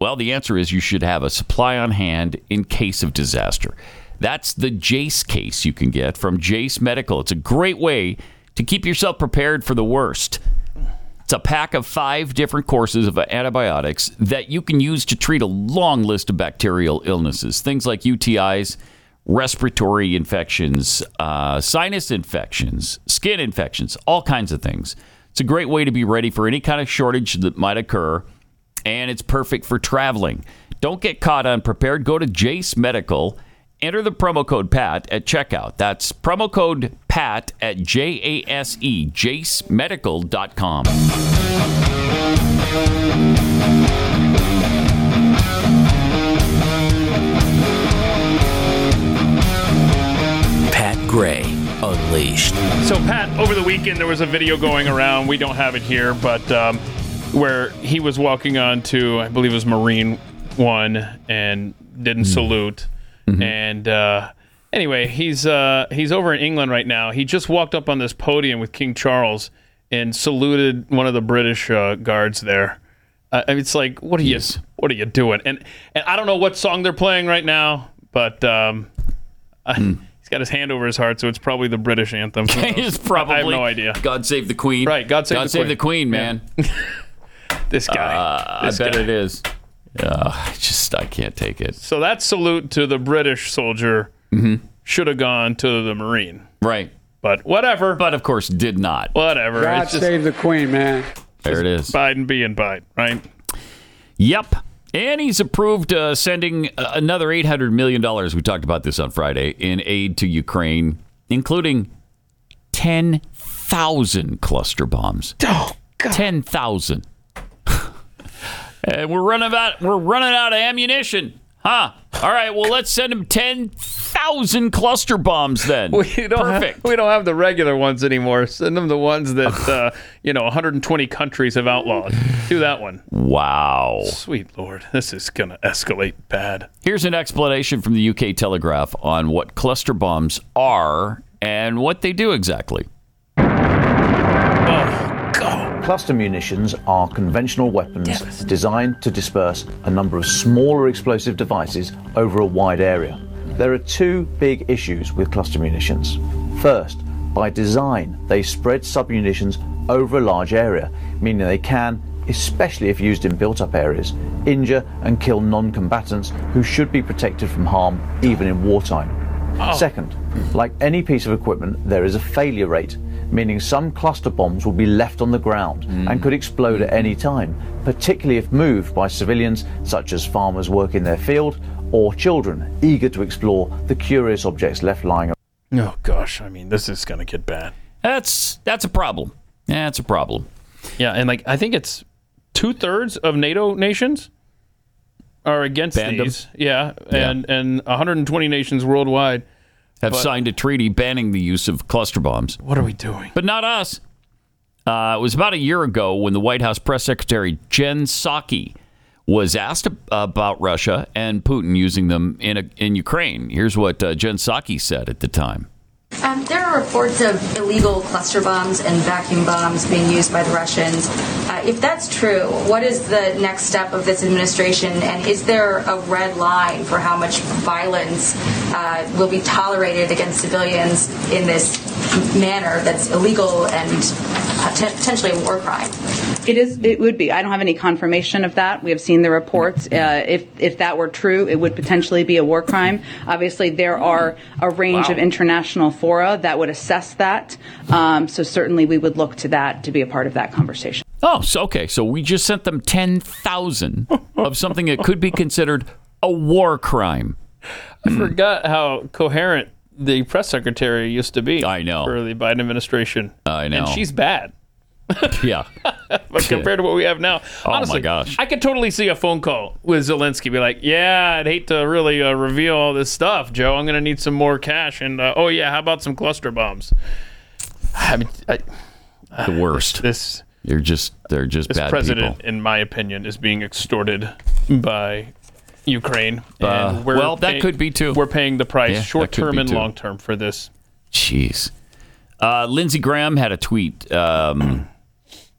Well, the answer is you should have a supply on hand in case of disaster. That's the Jace case you can get from Jace Medical. It's a great way to keep yourself prepared for the worst. It's a pack of five different courses of antibiotics that you can use to treat a long list of bacterial illnesses, things like UTIs, respiratory infections, uh, sinus infections, skin infections, all kinds of things. It's a great way to be ready for any kind of shortage that might occur, and it's perfect for traveling. Don't get caught unprepared. Go to Jace Medical. Enter the promo code PAT at checkout. That's promo code PAT at J A S E, jacemedical.com. Pat Gray Unleashed. So, Pat, over the weekend there was a video going around. We don't have it here, but um, where he was walking on to, I believe it was Marine One, and didn't salute. And uh, anyway, he's uh, he's over in England right now. He just walked up on this podium with King Charles and saluted one of the British uh, guards there. Uh, and it's like, what are you, what are you doing? And and I don't know what song they're playing right now, but. Um, uh, He's got his hand over his heart, so it's probably the British anthem. Who knows? It's probably. I have no idea. God save the Queen. Right, God save, God the, save queen. the Queen, man. this guy. Uh, This I bet guy. it is. Uh, I just I can't take it. So that salute to the British soldier Mhm. should have gone to the Marine. Right. But whatever. But of course, did not. Whatever. God it's just save the Queen, man. There it is. Biden being Biden, right? Yep. And he's approved uh, sending uh, another $800 million. We talked about this on Friday in aid to Ukraine, including 10,000 cluster bombs. Oh, God. 10,000. and we're running out we're running out of ammunition. Huh. All right, well let's send him 10,000 cluster bombs then. Perfect. Have, we don't have the regular ones anymore. Send them the ones that uh, you know 120 countries have outlawed. Do that one. Wow. Sweet Lord, this is gonna escalate bad. Here's an explanation from the UK Telegraph on what cluster bombs are and what they do exactly. Cluster munitions are conventional weapons designed to disperse a number of smaller explosive devices over a wide area. There are two big issues with cluster munitions. First, by design, they spread submunitions over a large area, meaning they can, especially if used in built up areas, injure and kill non combatants who should be protected from harm even in wartime. Second, like any piece of equipment, there is a failure rate, meaning some cluster bombs will be left on the ground and could explode at any time, particularly if moved by civilians such as farmers working their field or children eager to explore the curious objects left lying Oh gosh, I mean this is gonna get bad. That's that's a problem. That's a problem. Yeah, and like I think it's two thirds of NATO nations are against Banned 'em. these. Yeah, and and 120 nations worldwide Have But- signed a treaty banning the use of cluster bombs. What are we doing? But not us. Uh, it was about a year ago when the White House press secretary Jen Psaki was asked ab- about Russia and Putin using them in a, in Ukraine. Here's what uh, Jen Psaki said at the time. Um, there are reports of illegal cluster bombs and vacuum bombs being used by the Russians. Uh, if that's true, what is the next step of this administration, and is there a red line for how much violence uh, will be tolerated against civilians in this manner that's illegal and poten- potentially a war crime? It is. It would be. I don't have any confirmation of that. We have seen the reports. Uh, if if that were true, it would potentially be a war crime. Obviously, there are a range of international fora that would assess that. Um, so certainly, we would look to that to be a part of that conversation. Oh, so okay. So we just sent them 10,000 of something that could be considered a war crime. I Mm. forgot how coherent the press secretary used to be. I know for the Biden administration. I know. and she's bad. yeah. but compared to what we have now, Oh, my honestly, gosh. I could totally see a phone call with Zelensky be like, "Yeah, I'd hate to really uh, reveal all this stuff, Joe. I'm gonna need some more cash, and uh, oh yeah, how about some cluster bombs?" I mean, I, The worst. This. You're just they're just this bad president, people. in my opinion, is being extorted by Ukraine, Uh, well, that could be too. We're paying the price, Yeah, that short could term be and too. long term, for this. Jeez. Uh, Lindsey Graham had a tweet um,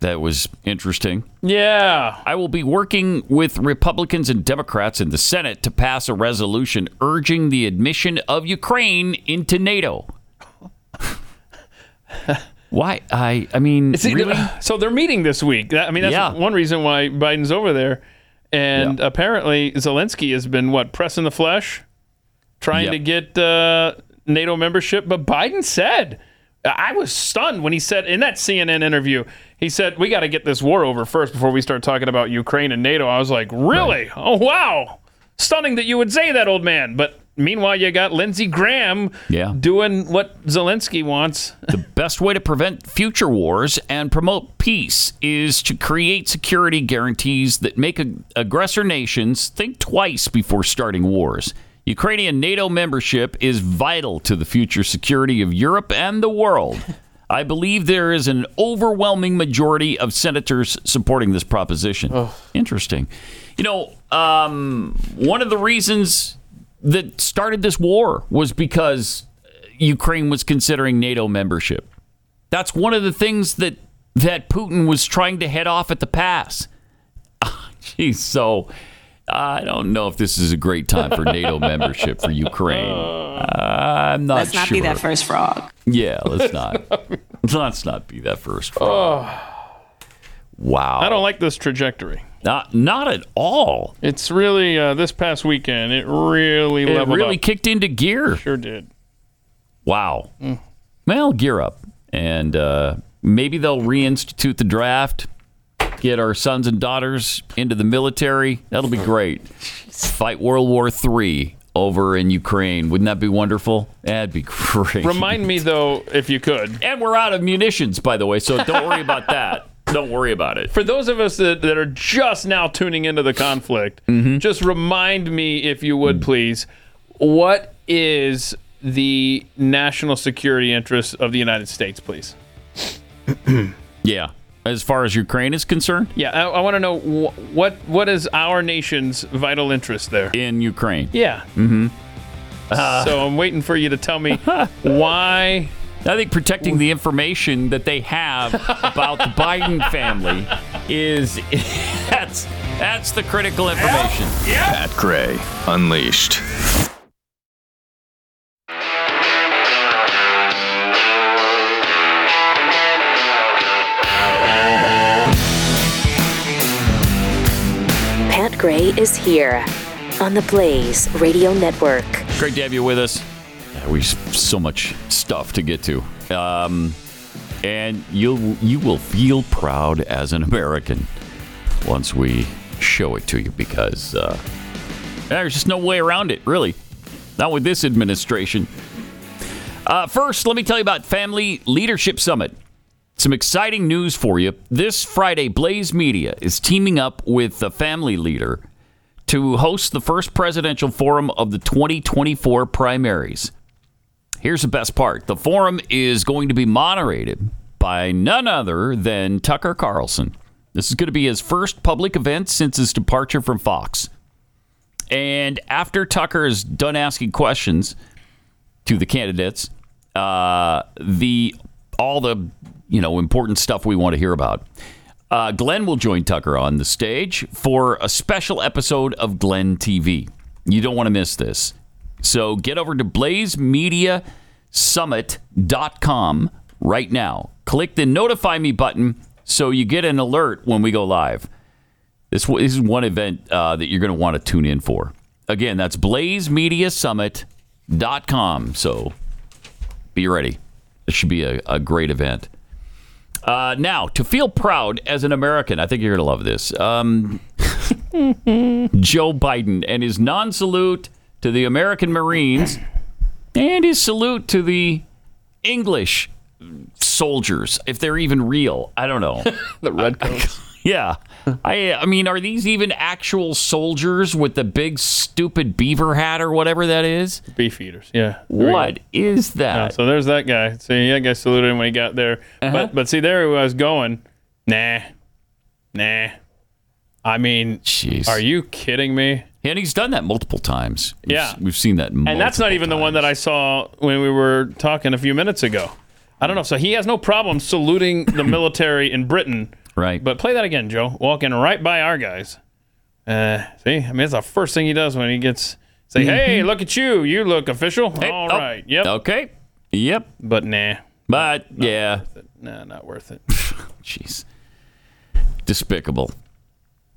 that was interesting. Yeah. I will be working with Republicans and Democrats in the Senate to pass a resolution urging the admission of Ukraine into NATO. Why? I I mean, See, really? So they're meeting this week. That- I mean, that's Yeah. one reason why Biden's over there. And apparently, Zelensky has been what pressing the flesh, trying Yep. to get uh, NATO membership. But Biden said, I was stunned when he said in that CNN interview, he said, "We got to get this war over first before we start talking about Ukraine and NATO." I was like, "Really? Oh wow, stunning that you would say that, old man." But meanwhile, you got Lindsey Graham Yeah. doing what Zelensky wants. the best way to prevent future wars and promote peace is to create security guarantees that make ag- aggressor nations think twice before starting wars. Ukrainian NATO membership is vital to the future security of Europe and the world. I believe there is an overwhelming majority of senators supporting this proposition. Interesting. You know, um, one of the reasons that started this war was because Ukraine was considering NATO membership. That's one of the things that that Putin was trying to head off at the pass. Geez, so I don't know if this is a great time for NATO membership for Ukraine. I'm not Uh, Let's not be sure. that first frog. Yeah, let's not. let's not be that first. Wow. I don't like this trajectory. Not, not at all. It's really uh, this past weekend. It really It leveled really up. kicked into gear. Sure did. Wow. Well, gear up. And uh, maybe they'll reinstitute the draft, get our sons and daughters into the military. That'll be great. Fight World War III over in Ukraine. Wouldn't that be wonderful? That'd be great. Remind me though, if you could. And we're out of munitions, by the way, so don't worry about that. Don't worry about it. For those of us that, that are just now tuning into the conflict, Mm-hmm. just remind me, if you would please, what is the national security interest of the United States, please? Yeah. As far as Ukraine is concerned, Yeah, I, I want to know wh- what what is our nation's vital interest there in Ukraine. Yeah. Mm-hmm. Uh. so I'm waiting for you to tell me why. I think protecting the information that they have about the Biden family is that's that's the critical information. Pat Gray Unleashed. Pat Gray is here on the Blaze Radio Network. Great to have you with us. Yeah, we have so much stuff to get to, um, and you'll you will feel proud as an American once we show it to you because uh, there's just no way around it, really. Not with this administration. Uh, first, let me tell you about Family Leadership Summit. Some exciting news for you. This Friday, Blaze Media is teaming up with the Family Leader to host the first presidential forum of the 2024 primaries. Here's the best part the forum is going to be moderated by none other than Tucker Carlson. This is going to be his first public event since his departure from Fox. And after Tucker is done asking questions to the candidates, uh, the all the you know important stuff we want to hear about. Uh, Glenn will join Tucker on the stage for a special episode of Glenn TV. You don't want to miss this. So get over to blazemediasummit.com right now. Click the notify me button so you get an alert when we go live. This wa- this is one event uh, that you're going to want to tune in for. Again, that's blazemediasummit.com. So be ready. It should be a, a great event. Uh, now, to feel proud as an American, I think you're going to love this. Um, Joe Biden and his non salute to the American Marines and his salute to the English soldiers, if they're even real. I don't know. the redcoats. yeah. I I mean, are these even actual soldiers with the big stupid beaver hat or whatever that is? Beefeaters. Yeah. What is that? Yeah, Uh, so there's that guy. See, that guy saluted him when he got there. But but see, there he was going. Nah, nah. I mean, are you kidding me? And he's done that multiple times. We've- Yeah. We've seen that multiple And that's not even the one that I saw when we were talking a few minutes ago. I don't know. So he has no problem saluting the military in Britain. Right. But play that again, Joe. Walking right by our guys. Uh, see, I mean, it's the first thing he does when he gets say, "Hey, look at you! You look official." All right. Yep. Okay. Yep. But nah. But yeah. Nah, not worth it. Jeez. Despicable.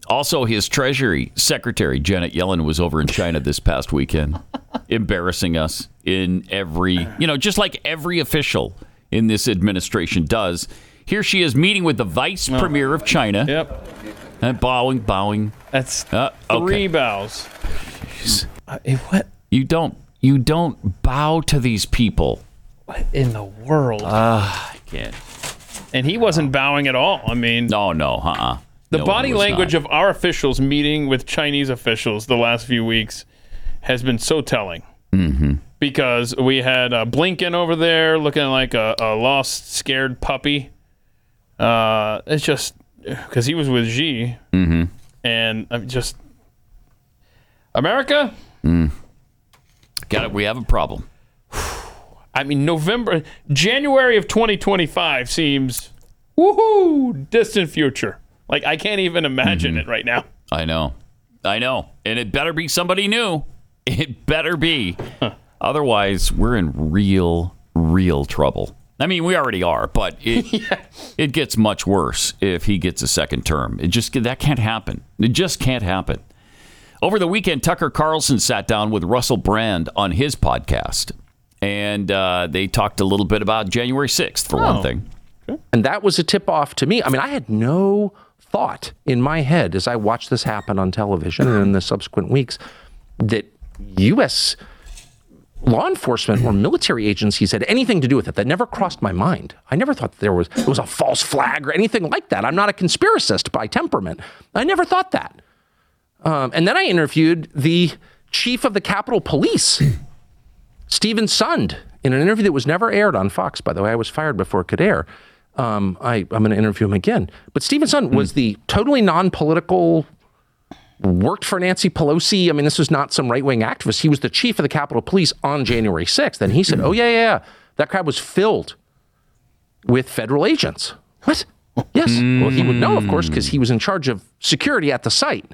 Also, his Treasury Secretary Janet Yellen was over in China this past weekend, embarrassing us in every, you know, just like every official in this administration does. Here she is meeting with the Vice Premier of China. Oh. Yep. And bowing, bowing. That's uh, Three bows. Uh, what? You don't. You don't bow to these people. What in the world? Ah, I can't. And he wasn't bowing at all. I mean, no, no, uh, uh The No, body it was language not. of our officials meeting with Chinese officials the last few weeks has been so telling. Mm-hmm. because we had uh, Blinken over there looking like a, a lost, scared puppy. Uh, it's just because he was with Xi, Mm-hmm. and I'm just America. Got it. We have a problem. I mean, November, January of 2025 seems woohoo distant future. Like I can't even imagine it right now. I know. I know. And it better be somebody new. It better be. Otherwise, we're in real, real trouble. I mean, we already are, but it it gets much worse if he gets a second term. It just that can't happen. It just can't happen. Over the weekend, Tucker Carlson sat down with Russell Brand on his podcast, and uh, they talked a little bit about January sixth for one thing. And that was a tip off to me. I mean, I had no thought in my head as I watched this happen on television and in the subsequent weeks that U.S. law enforcement or military agencies had anything to do with it. That never crossed my mind. I never thought that there was it was a false flag or anything like that. I'm not a conspiracist by temperament. I never thought that. Um, and then I interviewed the chief of the Capitol Police, Stephen Sund, in an interview that was never aired on Fox, by the way. I was fired before it could air. Um, I, I'm going to interview him again. But Stephen Sund was the totally non political, worked for Nancy Pelosi. I mean, this was not some right wing activist. He was the chief of the Capitol Police on January 6th. And he said, Oh, yeah, yeah, yeah. That crowd was filled with federal agents. What? Yes. Well, he would know, of course, because he was in charge of security at the site.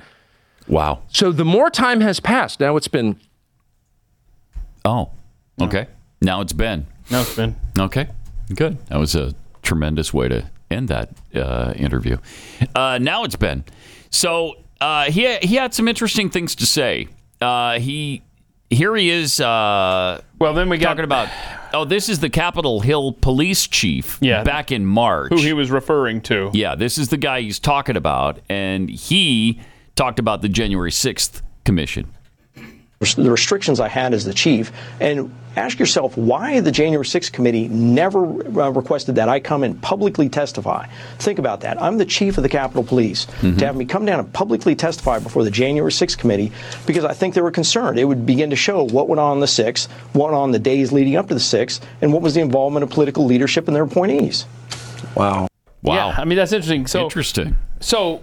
Wow. So the more time has passed, now it's been Oh, okay. Now it's Ben. Now it's Ben. Okay, good. That was a tremendous way to end that uh, interview. Uh, now it's Ben. So uh, he he had some interesting things to say. Uh, he here he is. Uh, well, then we got talking about. Oh, this is the Capitol Hill police chief. Yeah. back in March. Who he was referring to? Yeah, this is the guy he's talking about, and he talked about the January sixth commission. the restrictions I had as the chief, and ask yourself why the January 6th committee never uh, requested that I come and publicly testify. Think about that. I'm the chief of the Capitol Police. To have me come down and publicly testify before the January 6th committee because I think they were concerned. It would begin to show what went on on the 6th, what on the days leading up to the 6th, and what was the involvement of political leadership and their appointees. Wow. Wow. I mean, that's interesting. So interesting. So,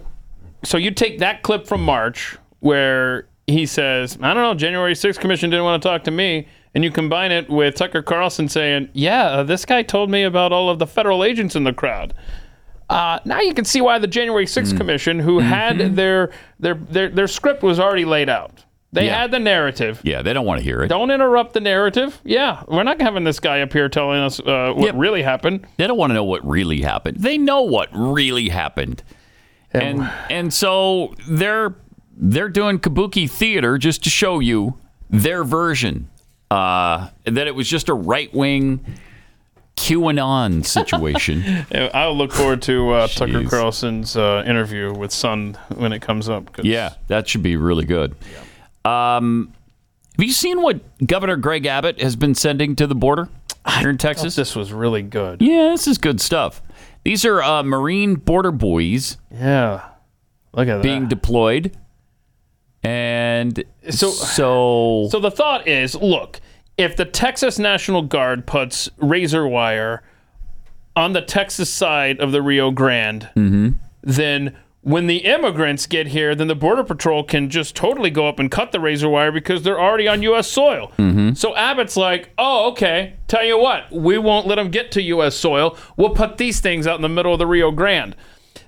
so you take that clip from March where he says, "I don't know, January 6th commission didn't want to talk to me," and you combine it with Tucker Carlson saying, "Yeah, uh, this guy told me about all of the federal agents in the crowd." Uh, now you can see why the January 6th commission, who had their, their their their script was already laid out. They Yeah. had the narrative. Yeah, they don't want to hear it. Don't interrupt the narrative. Yeah, we're not having this guy up here telling us uh, what really happened. They don't want to know what really happened. They know what really happened. And and so they're they're doing kabuki theater just to show you their version uh, that it was just a right wing QAnon situation. Yeah, I'll look forward to uh, Tucker Carlson's uh, interview with Sun when it comes up. 'cause- yeah, that should be really good. Um, have you seen what Governor Greg Abbott has been sending to the border? Here in Texas, this was really good. Yeah, this is good stuff. These are uh, Marine border buoys. Yeah, look at that being deployed, and so so So the thought is, look, if the Texas National Guard puts razor wire on the Texas side of the Rio Grande, Mhm. then when the immigrants get here, then the Border Patrol can just totally go up and cut the razor wire because they're already on U.S. soil. Mhm. So Abbott's like, oh, okay, tell you what, we won't let them get to U.S. soil. We'll put these things out in the middle of the Rio Grande.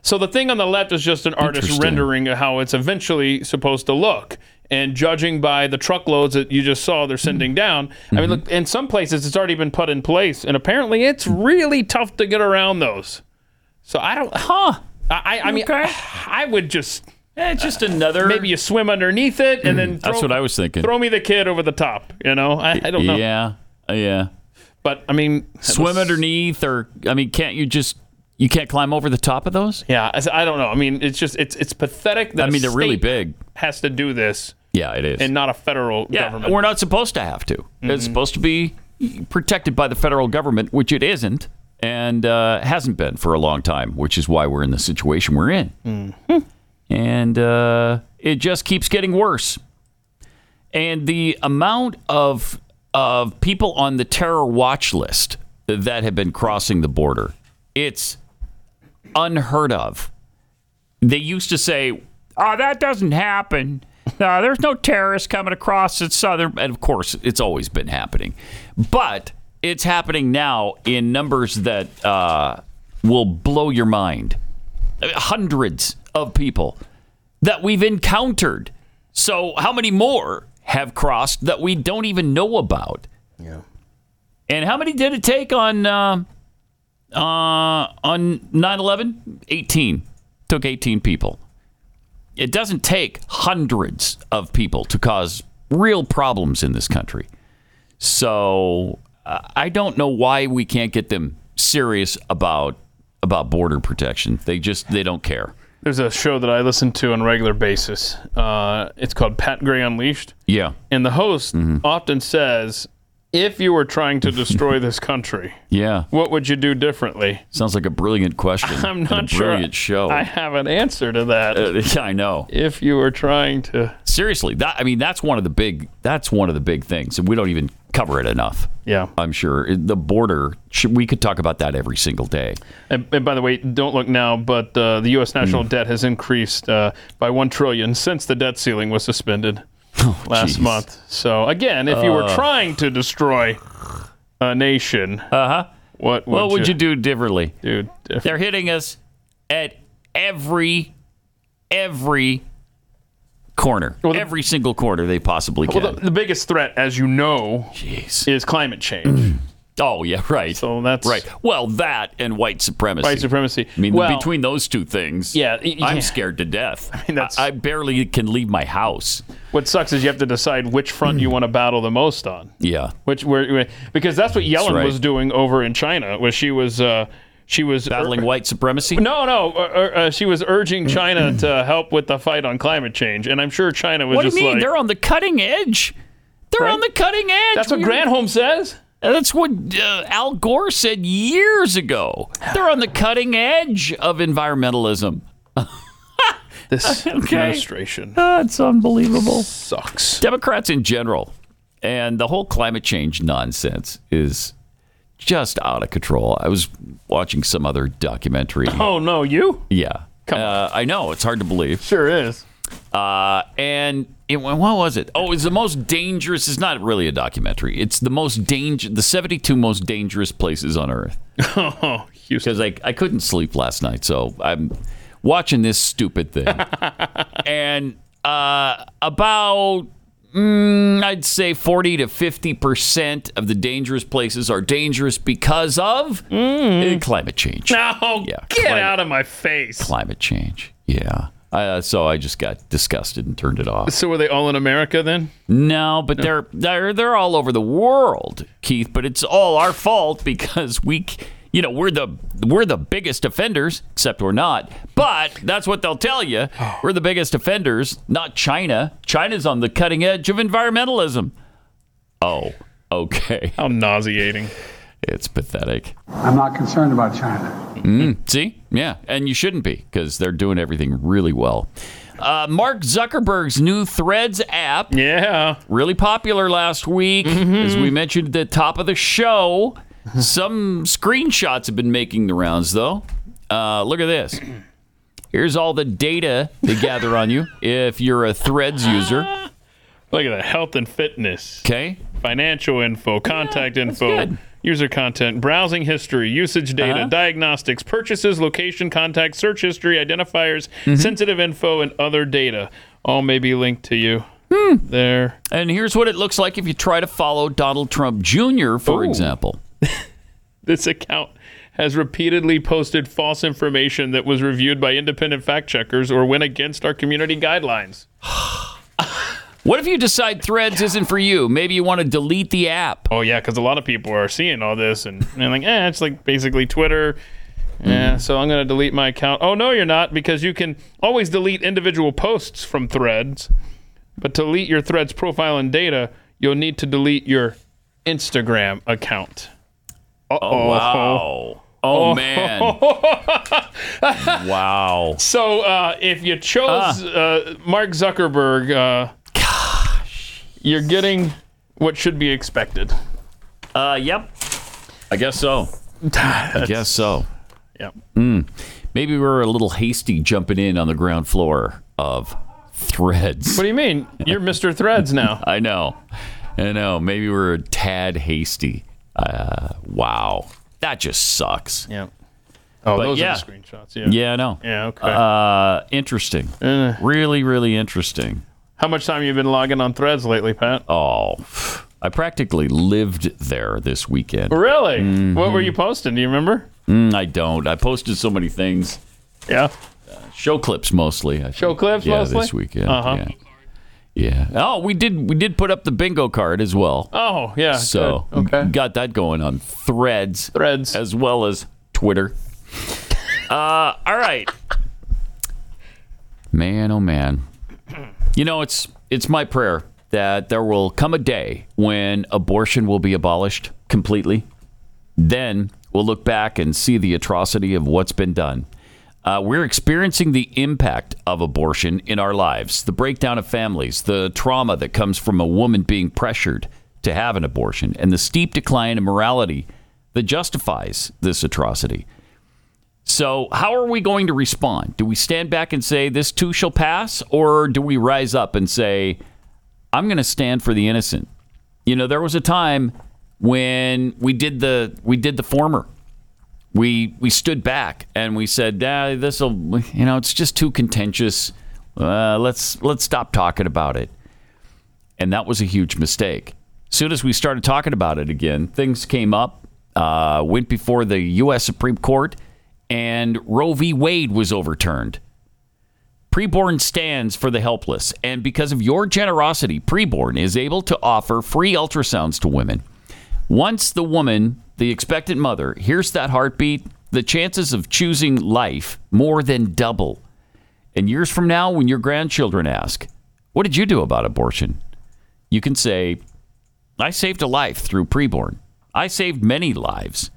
So the thing on the left is just an artist Interesting. rendering of how it's eventually supposed to look. And judging by the truckloads that you just saw they're sending down, I mean, look, in some places it's already been put in place. And apparently it's really tough to get around those. So I don't, huh? I, I, I mean, I would just. eh, just another. Maybe you swim underneath it and then throw, Hmm, that's what I was thinking. throw me the kid over the top. You know, I, I don't know. Yeah, yeah. But I mean, swim underneath, or I mean, can't you just you can't climb over the top of those? Yeah, I, I don't know. I mean, it's just it's it's pathetic that I mean, a they're really state big. Has to do this. Yeah, it is. and not a federal yeah, government. we're not supposed to have to. It's supposed to be protected by the federal government, which it isn't, and uh, hasn't been for a long time, which is why we're in the situation we're in. and uh, it just keeps getting worse. And the amount of of people on the terror watch list that have been crossing the border, it's unheard of. They used to say, "Oh, that doesn't happen. No, there's no terrorists coming across the southern." And of course, it's always been happening, but it's happening now in numbers that uh, will blow your mind. Hundreds of people that we've encountered. So, how many more have crossed that we don't even know about? Yeah. And how many did it take on uh, uh, on 9/11? 18. Took 18 people. It doesn't take hundreds of people to cause real problems in this country. So uh, I don't know why we can't get them serious about about border protection. They just they don't care. There's a show that I listen to on a regular basis. Uh, it's called Pat Gray Unleashed. Yeah. And the host Mm-hmm. often says, if you were trying to destroy this country, Yeah. what would you do differently? Sounds like a brilliant question. I'm and not a sure. Brilliant show. I have an answer to that. Uh, yeah, I know. If you were trying to seriously, that I mean, that's one of the big that's one of the big things, and we don't even cover it enough. Yeah, I'm sure the border. should- We could talk about that every single day. And, and by the way, don't look now, but uh, the U.S. national Hmm. debt has increased uh, by one trillion since the debt ceiling was suspended last geez. month. So again, if you were Oh, Uh. trying to destroy a nation, uh huh, what would what Uh-huh. would you, you do differently? Dude, They're hitting us at every every corner, every single corner they possibly can. Well, the, the biggest threat, as you know, is climate change. oh yeah, right. So that's right. Well, that and white supremacy. White supremacy. I mean, Well- between those two things, Yeah, y- yeah. I'm scared to death. I, mean, that's- I barely can leave my house. What sucks is you have to decide which front you want to battle the most on. Mm. Yeah. Which where, where- because that's what Yellen right. was doing over in China, was she was uh, she was Battling white supremacy. No, no, uh, uh, uh, she was urging China to help with the fight on climate change, and I'm sure China was What do you just mean? like, They're on the cutting edge. They're on the cutting edge. That's what Granholm says. That's what uh, Al Gore said years ago. They're on the cutting edge of environmentalism. this administration. That's unbelievable. Sucks. Democrats in general and the whole climate change nonsense is just out of control. I was watching some other documentary. Oh no, you? Yeah. Uh, I know. It's hard to believe. Sure is. Uh, and it, what was it? Oh, it's the most dangerous. It's not really a documentary. It's the most danger, the 72 most dangerous places on Earth. Oh, Because I, I couldn't sleep last night, so I'm watching this stupid thing. and uh, about, mm, I'd say 40 to 50% of the dangerous places are dangerous because of eh, climate change. No, get climate- out of my face. Climate change. Yeah. Uh, so I just got disgusted and turned it off. So were they all in America then? No, but they're they're they're all over the world, Keith. But it's all our fault because we, c- you know, we're the we're the biggest offenders. Except we're not. But that's what they'll tell you. We're the biggest offenders, not China. China's on the cutting edge of environmentalism. Oh, okay. How nauseating. It's pathetic. I'm not concerned about China. Mm, see? Yeah. And you shouldn't be because they're doing everything really well. Uh, Mark Zuckerberg's new Threads app. Yeah. Really popular last week. As we mentioned at the top of the show, some screenshots have been making the rounds, though. Uh, look at this. Here's all the data they gather on you if you're a Threads user. Look at that health and fitness. Okay. Financial info, contact info, user content, browsing history, usage data, diagnostics, purchases, location, contact, search history, identifiers, sensitive info, and other data. All may be linked to you. There. And here's what it looks like if you try to follow Donald Trump Jr., for example. This account has repeatedly posted false information that was reviewed by independent fact checkers or went against our community guidelines. What if you decide Threads isn't for you? Maybe you want to delete the app. Oh yeah, because a lot of people are seeing all this and, and like, eh, it's like basically Twitter. Yeah, Mm-hmm. so I'm gonna delete my account. Oh no, you're not, because you can always delete individual posts from Threads, but to delete your Threads profile and data, you'll need to delete your Instagram account. Uh-oh. Oh, wow. Oh, man. wow. So uh, if you Ah. chose uh, Mark Zuckerberg, uh, you're getting what should be expected. Uh, yep. I guess so. I guess so. Yep. Mm. Maybe we were a little hasty jumping in on the ground floor of Threads. What do you mean? You're Mr. Threads now. I know. I know. Maybe we're a tad hasty. Uh, wow. That just sucks. Yeah. But Oh, those yeah. are the screenshots. Yeah. Yeah, I know. Yeah. Uh. Okay. Uh, interesting. really, really interesting. How much time you been logging on Threads lately, Pat? Oh, I practically lived there this weekend. Really? What were Mhm. you posting? Do you remember? Mm, I don't. I posted so many things. Yeah. Uh, show clips mostly. I think. Show clips yeah, mostly? this weekend. Uh-huh. Yeah. Yeah. Oh, we did. We did put up the bingo card as well. Oh, yeah, So okay, got that going on Threads, Threads, as well as Twitter. Uh, all right. Man, oh man. You know, it's it's my prayer that there will come a day when abortion will be abolished completely. Then we'll look back and see the atrocity of what's been done. Uh, we're experiencing the impact of abortion in our lives, the breakdown of families, the trauma that comes from a woman being pressured to have an abortion, and the steep decline in morality that justifies this atrocity. So, how are we going to respond? Do we stand back and say, this too shall pass? Or do we rise up and say, I'm going to stand for the innocent? You know, there was a time when we did the, we did the former. We, we stood back and we said, ah, this will, you know, it's just too contentious. Uh, let's, let's stop talking about it. And that was a huge mistake. Soon as we started talking about it again, things came up, uh, went before the U.S. Supreme Court, and Roe v. Wade was overturned. Preborn stands for the helpless, and because of your generosity, Preborn is able to offer free ultrasounds to women. Once the woman, the expectant mother, hears that heartbeat, the chances of choosing life more than double. And years from now, when your grandchildren ask, What did you do about abortion? you can say, I saved a life through preborn. I saved many lives.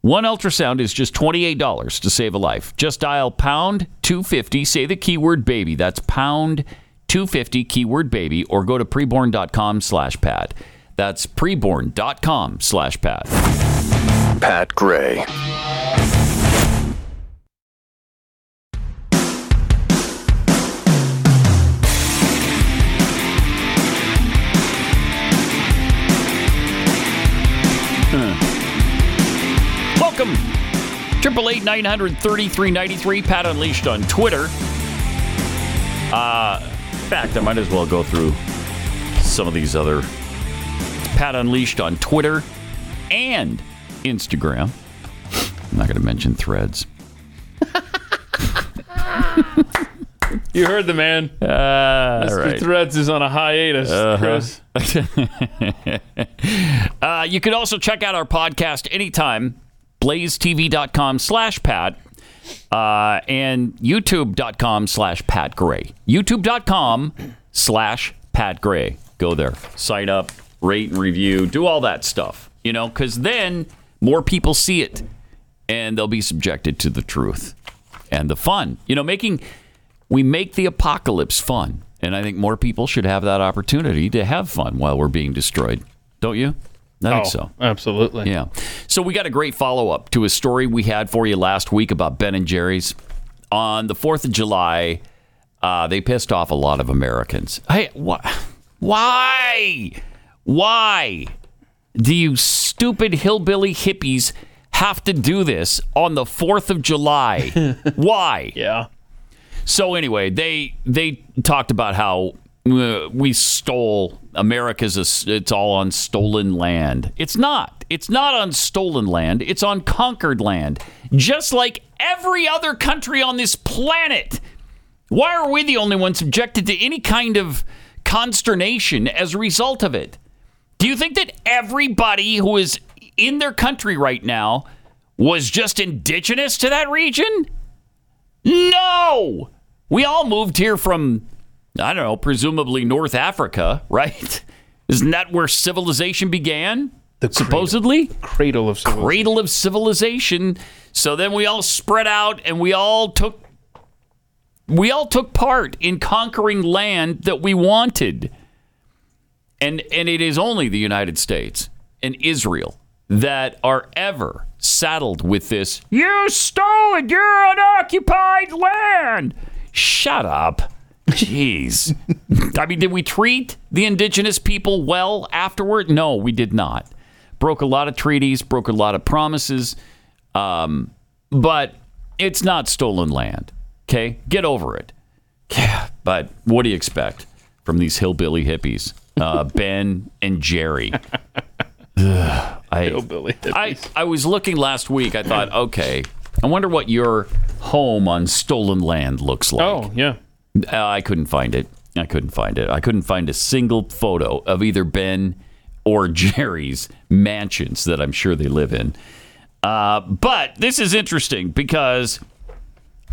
One ultrasound is just $28 to save a life. Just dial pound 250, say the keyword baby. That's pound 250 keyword baby or go to preborn.com slash pat. That's preborn.com slash pat. Pat Gray. Welcome. Triple eight nine hundred thirty three ninety three. Pat Unleashed on Twitter. Uh, in fact, I might as well go through some of these other It's Pat Unleashed on Twitter and Instagram. I'm not going to mention Threads. You heard the man. Uh, Mr. right. Uh-huh. Threads is on a hiatus, Chris. uh, you can also check out our podcast anytime, blazetv.com slash Pat uh, and youtube.com slash Pat Gray. YouTube.com slash Pat Gray. Go there, sign up, rate and review, do all that stuff, you know, because then More people see it, and they'll be subjected to the truth and the fun. You know, making we make the apocalypse fun, and I think more people should have that opportunity to have fun while we're being destroyed. Don't you? I think Oh, so. Absolutely. Yeah. So we got a great follow up to a story we had for you last week about Ben and Jerry's. On the 4th of July, uh, they pissed off a lot of Americans. Hey, what? Why? Why do you stupid hillbilly hippies have to do this on the 4th of July? Why? Yeah. So anyway, they they talked about how uh, we stole America's. a- It's all on stolen land. It's not. It's not on stolen land. It's on conquered land. Just like every other country on this planet. Why are we the only ones subjected to any kind of consternation as a result of it? Do you think that everybody who is in their country right now was just indigenous to that region? No! We all moved here from, I don't know, presumably North Africa, right? Isn't that where civilization began? Supposedly? Cradle of civilization. Cradle of civilization. So then we all spread out and we all took we all took part in conquering land that we wanted. And and it is only the United States and Israel that are ever saddled with this you stole it, you're unoccupied land. Shut up. Jeez. I mean, did we treat the indigenous people well afterward? No, we did not. Broke a lot of treaties, broke a lot of promises. Um, but it's not stolen land. Okay? Get over it. Yeah, but what do you expect from these hillbilly hippies? Uh, ben and Jerry. Ugh, I, I, I was looking last week. I thought, okay, I wonder what your home on stolen land looks like. Oh, yeah. I couldn't find it. I couldn't find it. I couldn't find a single photo of either Ben or Jerry's mansions that I'm sure they live in. Uh, but this is interesting because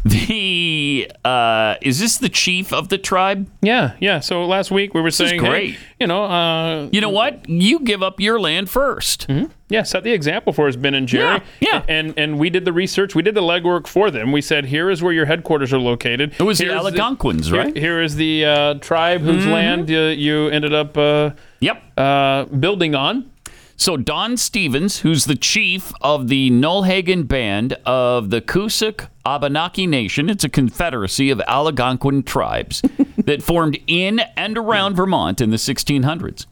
the uh, is this the chief of the tribe? Yeah, yeah. So last week we were saying, hey, great. you know, uh, you know what? You give up your land 1st Yeah, set the example for us, Ben and Jerry. Yeah, And and we did the research. We did the legwork for them. We said, here is where your headquarters are located. It was the Algonquins, right? here is the uh, tribe whose Mhm. land uh, you ended up. Uh, yep. Uh, building on. So Don Stevens, who's the chief of the Nullhagen Band of the Kusuk Abenaki Nation, it's a confederacy of Algonquin tribes that formed in and around Vermont in the 1600s.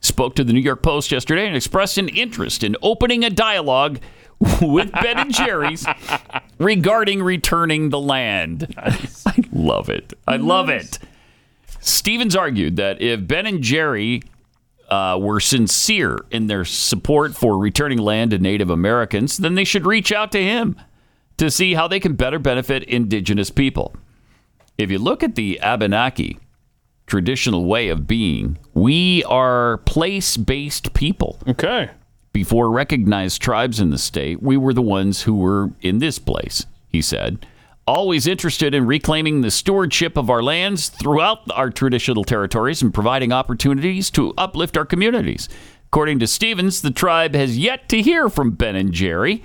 Spoke to the New York Post yesterday and expressed an interest in opening a dialogue with Ben and Jerry's regarding returning the land. I love it. I love it. Stevens argued that if Ben and Jerry uh, were sincere in their support for returning land to Native Americans, then they should reach out to him to see how they can better benefit indigenous people. If you look at the Abenaki traditional way of being, we are place based people. Okay. Before recognized tribes in the state, we were the ones who were in this place, he said. Always interested in reclaiming the stewardship of our lands throughout our traditional territories and providing opportunities to uplift our communities. According to Stevens, the tribe has yet to hear from Ben and Jerry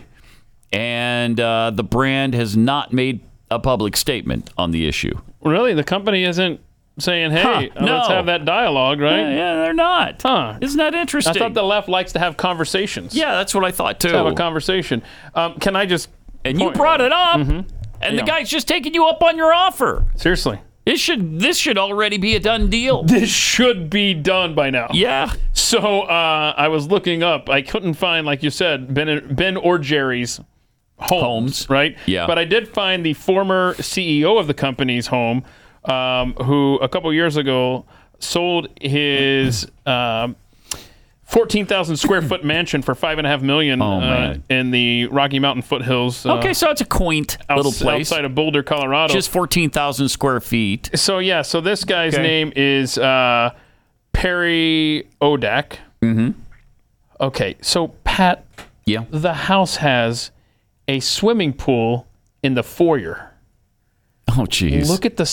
and uh, the brand has not made a public statement on the issue. Really, the company isn't saying, hey, uh, Huh, let's no. have that dialogue, right? Yeah, yeah, they're not. Huh. Isn't that interesting? I thought the left likes to have conversations. Yeah, that's what I thought too. Let's have a conversation. Um, can I just. And you brought it up, and Mm-hmm. Yeah. the guy's just taking you up on your offer. Seriously. This should this should already be a done deal. This should be done by now. Yeah. So uh, I was looking up. I couldn't find, like you said, Ben, ben or Jerry's homes, right? Yeah. But I did find the former CEO of the company's home, um, who a couple years ago sold his. Um, 14,000 square foot mansion for five and a half million uh, Oh, man. in the Rocky Mountain foothills. uh, Okay, so it's a quaint outs- little place. outside of Boulder, Colorado. Just fourteen thousand square feet. So yeah, so this guy's Okay. name is uh, Perry Odak. Mm-hmm. Okay, so Pat, yeah, the house has a swimming pool in the foyer. Oh, jeez. Look at the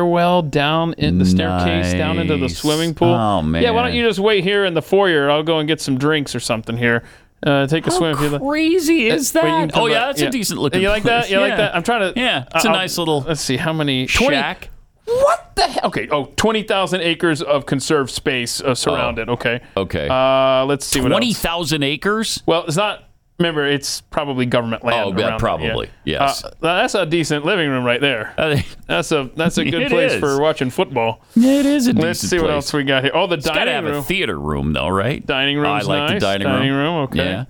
stairwell down in the staircase down into the Nice. swimming pool. Oh, Yeah, why don't you just wait here in the foyer? I'll go and get some drinks or something here. Uh, take a swim if you like. Crazy is Wait, you can that? come oh yeah, back. that's a decent looking. You like that? place. You like Yeah. that? I'm trying to. Yeah, it's a a nice little. Let's see how many. 20 Shack. What the hell? Okay. Oh, 20,000 acres of conserved space uh, surrounded. Okay. Oh. Okay. Uh, let's see what else. 20,000 acres? Well, it's not. Remember, it's probably government land. Oh, yeah, around there, probably. Yes. Uh, Uh, that's a decent living room right there. That's a that's a good It place is. for watching football. It is a Let's decent see what place. else we got here. Oh, the It's dining gotta have room. a theater room though, right? Dining room's I like nice. the dining, Dining room. room, okay. Yeah.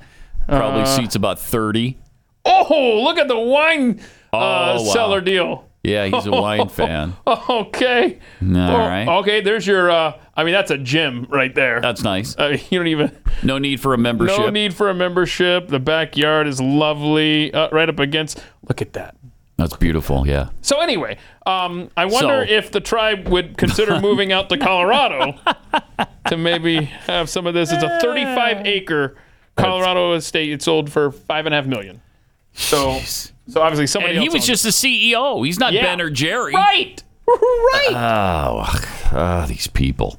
Probably Uh, seats about thirty. oh, look at the wine uh, Oh, wow. cellar deal. Yeah, he's a wine fan. Okay. All Well, right. Okay, there's your. Uh, I mean, that's a gym right there. Uh, That's nice. you don't even. No need for a membership. No need for a membership. The backyard is lovely. Uh, right up against. Look at that. That's beautiful. Yeah. So anyway, um, I wonder So- if the tribe would consider moving out to Colorado to maybe have some of this. It's Uh. a 35 acre Colorado estate. It's sold for five and a half million. So, so obviously somebody. And he else was owns just the CEO. He's not Yeah. Ben or Jerry. it. right. Uh, Right. Oh, ah, these people.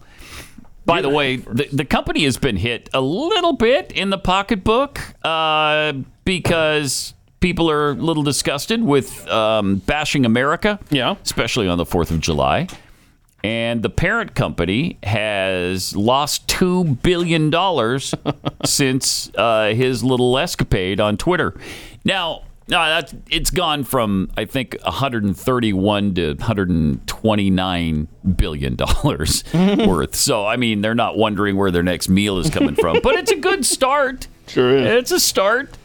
By the way, the, the company has been hit a little bit in the pocketbook uh, because people are a little disgusted with um, bashing America, yeah, especially on the Fourth of July. And the parent company has lost two billion dollars since uh, his little escapade on Twitter. Now, no, that's it's gone from I think 131 to 129 billion dollars worth. So I mean, they're not wondering where their next meal is coming from, but it's a good start. Sure is. It's a start.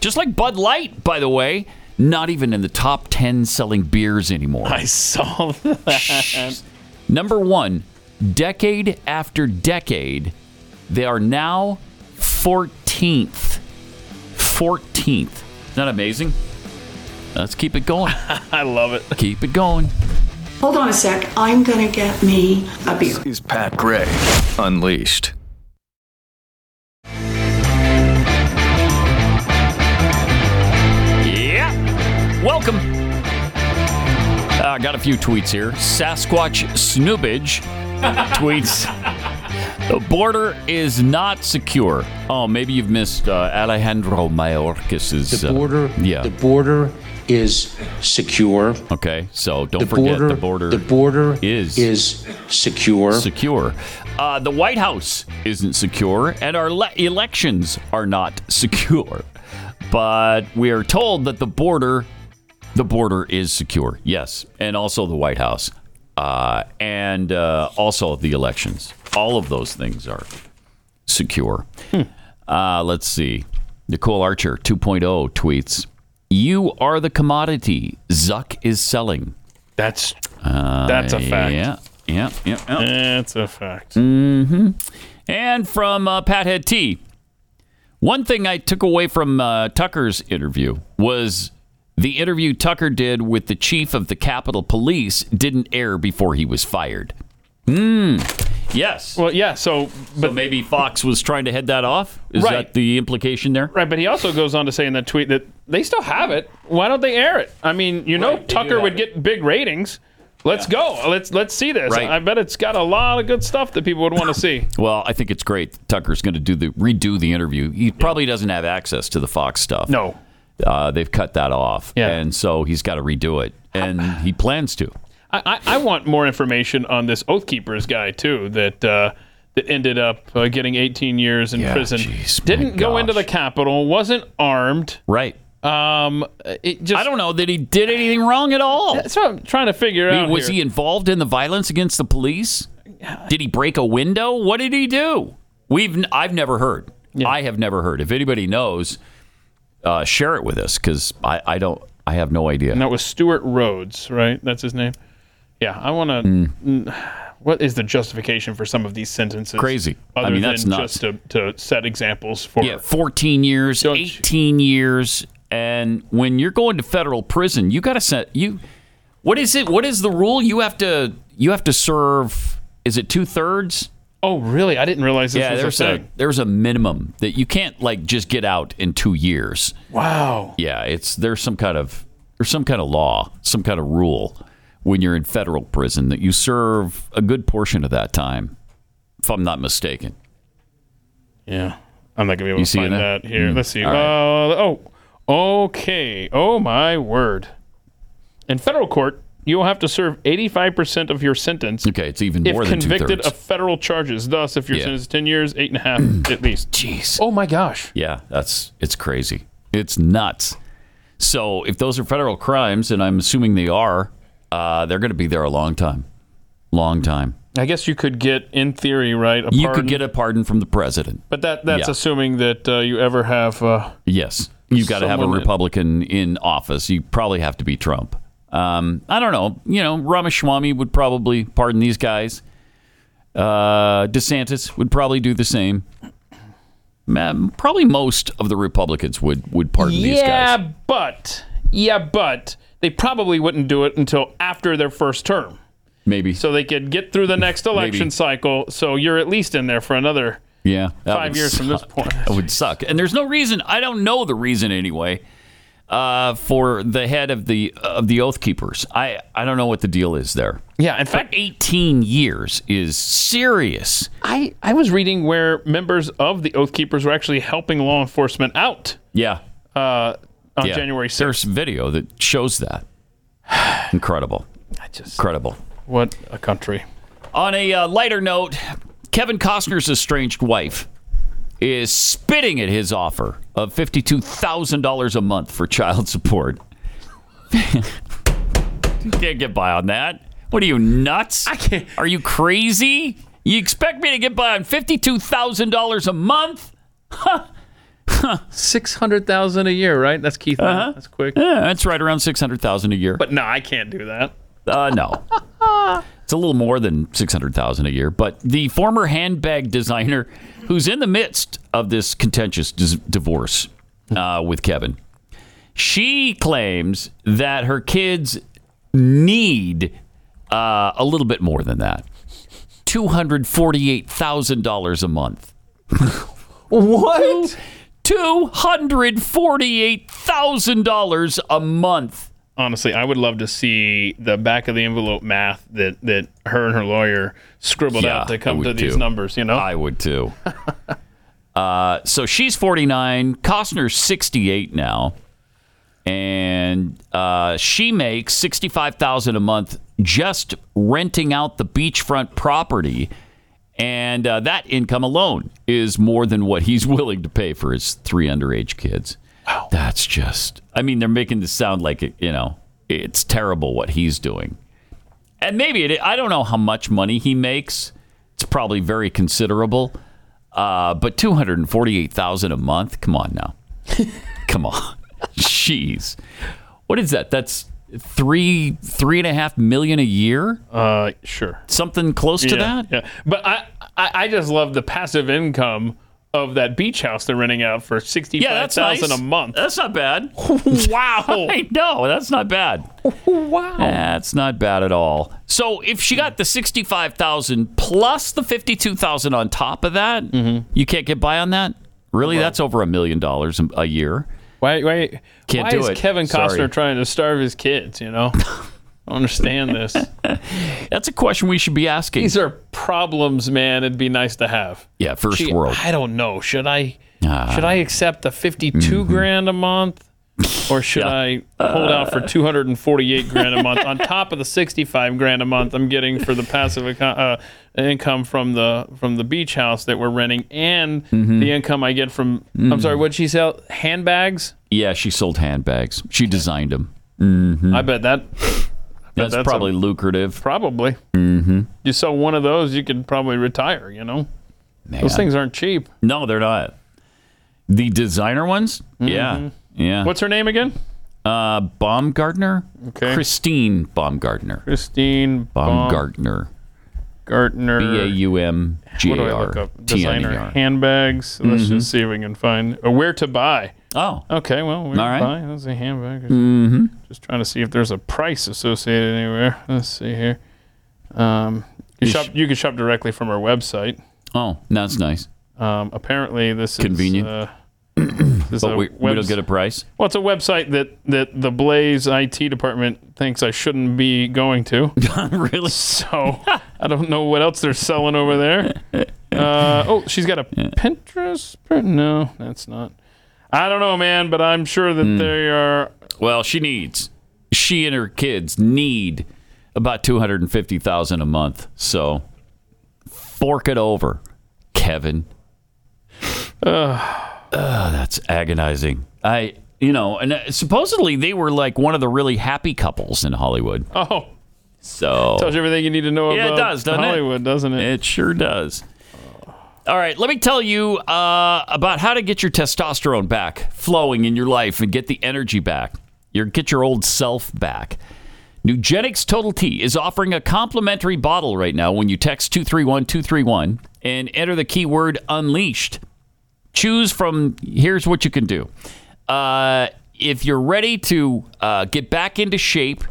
Just like Bud Light, by the way, not even in the top 10 selling beers anymore. I saw that. Number one, decade after decade, they are now 14th. 14th. Isn't that amazing? Let's keep it going. I love it. Keep it going. Hold on a sec. I'm going to get me a beer. This is Pat Gray Unleashed. Yeah. Welcome. Uh, I got a few tweets here. Sasquatch Snoobage tweets The border is not secure. Oh, maybe you've missed uh, Alejandro uh, Mayorkas's. The border- yeah. The border is secure. Okay, so don't The forget border- the border. the border is is secure. Secure. Uh, the White House isn't secure, and our le- elections are not secure. But we are told that the border, the border is secure. Yes, and also the White House, uh, and uh, also the elections. All of those things are secure. Hmm. Uh, let's see. Nicole Archer 2.0 tweets You are the commodity Zuck is selling. That's that's that's a fact. Uh, Yeah, yeah, yeah. yeah. That's a fact. hmm And from uh, Pathead T. One thing I took away from uh, Tucker's interview was the interview Tucker did with the chief of the Capitol Police didn't air before he was fired. Hmm. Yes. Well, yeah. So, but maybe Fox was trying to head that off. Is Right. that the implication there? Right, but he also goes on to say in that tweet that they still have it. Why don't they air it? I mean, you know, Tucker would get big ratings. Let's go. Let's let's see this. Right. I bet it's got a lot of good stuff that people would want to see. Well, I think it's great. Tucker's going to do the redo the interview. He probably doesn't have access to the Fox stuff. No, uh, they've cut that off, and so he's got to redo it, and he plans to. I, I, I want more information on this Oath Keepers guy too. That uh, that ended up uh, getting 18 years in Yeah, prison. Didn't go into the Capitol. Wasn't armed. Right. Um. It just. I don't know that he did anything wrong at all. That's what I'm trying to figure I mean, out. was here. he involved in the violence against the police? Did he break a window? What did he do? We've n- I've never heard. I have never heard. If anybody knows, uh, share it with us because I, I don't. I have no idea. And that was Stuart Rhodes, right? That's his name. Yeah, I want to. Hmm. What is the justification for some of these sentences? Crazy. I Other mean, that's than nuts. just to, to set examples for. yeah, 14 years, 18 years, and when you're going to federal prison, you got to set you. What is it? What is the rule? You have to you have to serve. Is it two thirds? Oh, really? I didn't realize this yeah, was a there's thing. there's a minimum that you can't like just get out in two years. Wow. Yeah, it's there's some kind of there's some kind of law, some kind of rule when you're in federal prison that you serve a good portion of that time, if I'm not mistaken. Yeah. I'm not gonna be able You to see it find now? that here. Mm. Let's see. All Uh, oh, okay. Oh my word! In federal court, you will have to serve 85 percent of your sentence. Okay, it's even if more than convicted two-thirds. of federal charges. Thus, if your Yeah. Hmm. sentence is 10 years, eight and a half at least. Jeez. Oh my gosh. Yeah, that's it's crazy. It's nuts. So if those are federal crimes, and I'm assuming they are, uh, they're going to be there a long time, long time. I guess you could get, in theory, right? A You pardon, could get a pardon from the president, but that that's Yeah. assuming that uh, you ever have. Uh, yes, you got to have a Someone- Republican in office. You probably have to be Trump. Um, I don't know. You know, Ramaswamy would probably pardon these guys. Uh, DeSantis would probably do the same. Um, Probably most of the Republicans would would pardon these guys. yeah, but yeah, but they probably wouldn't do it until after their first term. Maybe. So they could get through the next election Maybe. cycle. So you're at least in there for another. Yeah, that Five would years from this suck. point. that would suck. And there's no reason. I don't know the reason anyway. Uh, for the head of the of the Oath Keepers, I I don't know what the deal is there. Yeah, in fact, 18 years is serious. I, I was reading where members of the Oath Keepers were actually helping law enforcement out Yeah, uh, on yeah. January 6th. There's video that shows that. Incredible. Incredible. What a country. On a uh, lighter note, Kevin Costner's estranged wife is spitting at his offer of fifty-two thousand dollars a month for child support. you can't get by on that. What are you nuts? I can't. Are you crazy? You expect me to get by on fifty-two thousand dollars a month? Huh. Six hundred thousand a year, right? That's Keith. Uh-huh. That's quick. Yeah, that's right around six hundred thousand a year. But no, I can't do that. Uh, no. it's a little more than 600,000 a year, but the former handbag designer who's in the midst of this contentious dis- divorce uh, with Kevin. She claims that her kids need uh, a little bit more than that. $248,000 a month. What? $248,000 a month. Honestly, I would love to see the back of the envelope math that that her and her lawyer scribbled Yeah, out to I come would to these too. numbers. You know, I would too. uh, so she's 49. Costner's 68 now. And uh, she makes 65000 a month just renting out the beachfront property. And uh, that income alone is more than what he's willing to pay for his three underage kids. Wow. That's just, I mean, they're making this sound like, it, you know, it's terrible what he's doing and maybe it, I don't know how much money he makes. It's probably very considerable. Uh, but two hundred and forty-eight thousand a month. Come on now, come on, jeez, what is that? That's three, three and a half million a year. Uh, sure, something close to Yeah, that. Yeah, but I, I I just love the passive income of that beach house they're renting out for sixty Yeah, five that's thousand nice. a month. That's not bad. wow. I know. That's not bad. wow. That's not bad at all. So if she got the 65,000 plus the 52,000 on top of that, Mm-hmm. you can't get by on that? Really? That's over a million dollars a- a year. Why why Can't why do is it. Kevin Costner Sorry. trying to starve his kids? You know, I don't understand this. That's a question we should be asking. These are problems, man. It'd be nice to have. yeah, first Gee, world. I don't know. Should I Ah. Mm-hmm. should I accept the fifty grand a month, or should I hold out for two hundred and forty eight grand a month on top of the sixty five grand a month I'm getting for the passive account, uh, income from the from the beach house that we're renting and Mm-hmm. the income I get from I'm Mm. sorry, what'd she sell? Handbags. Yeah, she sold handbags. She designed them. hmm I bet that. That's, that's a- probably lucrative. Probably. Mm-hmm. You sell one of those, you could probably retire. You know, those things aren't cheap. No, they're not. The designer ones? Yeah. Mhm. Yeah. What's her name again? Uh, Baumgartner. Okay. Christine Baumgartner. Christine Baumgartner. Gartner. B a u m g What do a I r look up? t n e Designer r. handbags. Mm-hmm. Let's just see if we can find or where to buy. Oh. Okay. Well, where All right. to buy? That's a handbag. Mm-hmm. Just trying to see if there's a price associated anywhere. Let's see here. Um, You you shop. you can shop directly from our website. Oh, that's nice. Um, apparently, this Convenient. is uh, this is But a we, we webs- don't get a price. Well, it's a website that, that the Blaze IT department thinks I shouldn't be going to. really? So I don't know what else they're selling over there. Uh, oh, she's got a Pinterest. No, that's not. I don't know, man, but I'm sure that they are. Well, she needs. She and her kids need about two hundred and fifty thousand a month. So fork it over, Kevin. Ugh, that's agonizing. I, you know, and uh, supposedly they were like one of the really happy couples in Hollywood. Oh, So tells you everything you need to know yeah, it about does, doesn't Hollywood. it? doesn't it? It sure does. All right, let me tell you uh, about how to get your testosterone back flowing in your life and get the energy back. Your get your old self back. Nugenics Total T is offering a complimentary bottle right now when you text 231231 and enter the keyword unleashed. Choose from here's what you can do. Uh, if you're ready to uh, get back into shape,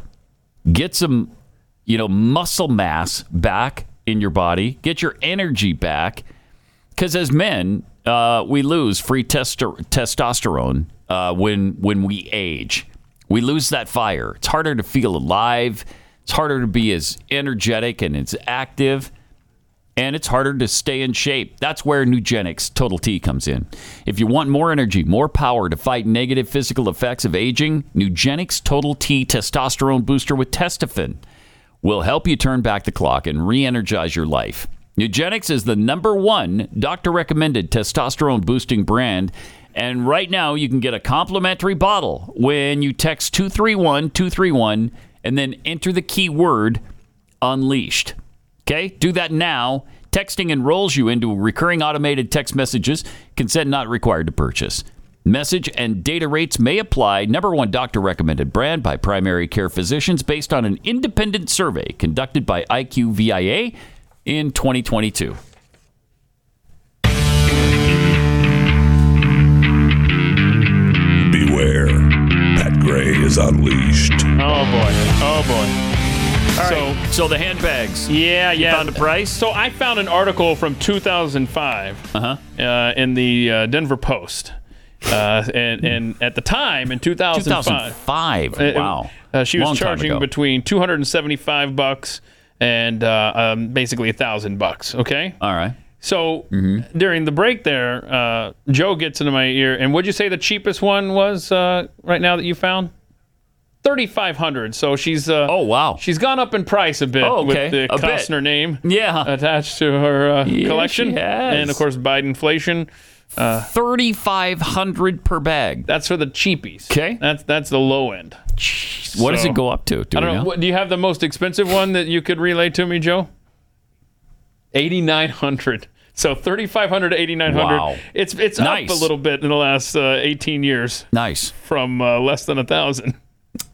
get some you know muscle mass back in your body get your energy back because as men uh, we lose free tester- testosterone uh, when when we age we lose that fire it's harder to feel alive it's harder to be as energetic and as active and it's harder to stay in shape. That's where Nugenics Total T comes in. If you want more energy, more power to fight negative physical effects of aging, Nugenics Total T testosterone booster with Testofen will help you turn back the clock and re-energize your life. Nugenics is the number one doctor recommended testosterone boosting brand. And right now, you can get a complimentary bottle when you text 231 231 and then enter the keyword unleashed. Okay, do that now. Texting enrolls you into recurring automated text messages. Consent not required to purchase. Message and data rates may apply. Number one doctor recommended brand by primary care physicians based on an independent survey conducted by IQVIA in 2022. Beware. Pat Gray is unleashed. Oh boy. Oh boy. so, so the handbags. Yeah, yeah. found a price. So I found an article from 2005 uh-huh. in the uh, Denver Post, uh, and and at the time in 2005, 2005. uh, Wow. uh, she was Long time charging ago. between 275 bucks and uh, um, basically a thousand bucks. Okay. All right. So mm-hmm. during the break there, uh, Joe gets into my ear, and would you say the cheapest one was uh, right now that you found? Thirty-five hundred. So she's uh, oh wow, she's gone up in price a bit Oh, okay. with the A bit. Costner name yeah attached to her uh, Yeah, collection, she has. and of course Biden inflation. Uh, Thirty-five hundred per bag. That's for the cheapies. Okay, that's that's the low end. What does So- it go up to? Do I we don't know. know? What, do you have the most expensive one that you could relay to me, Joe? Eighty nine hundred. So thirty five hundred to eighty nine hundred. Wow. It's it's Nice. up a little bit in the last uh, eighteen years. Nice. From uh, less than a thousand.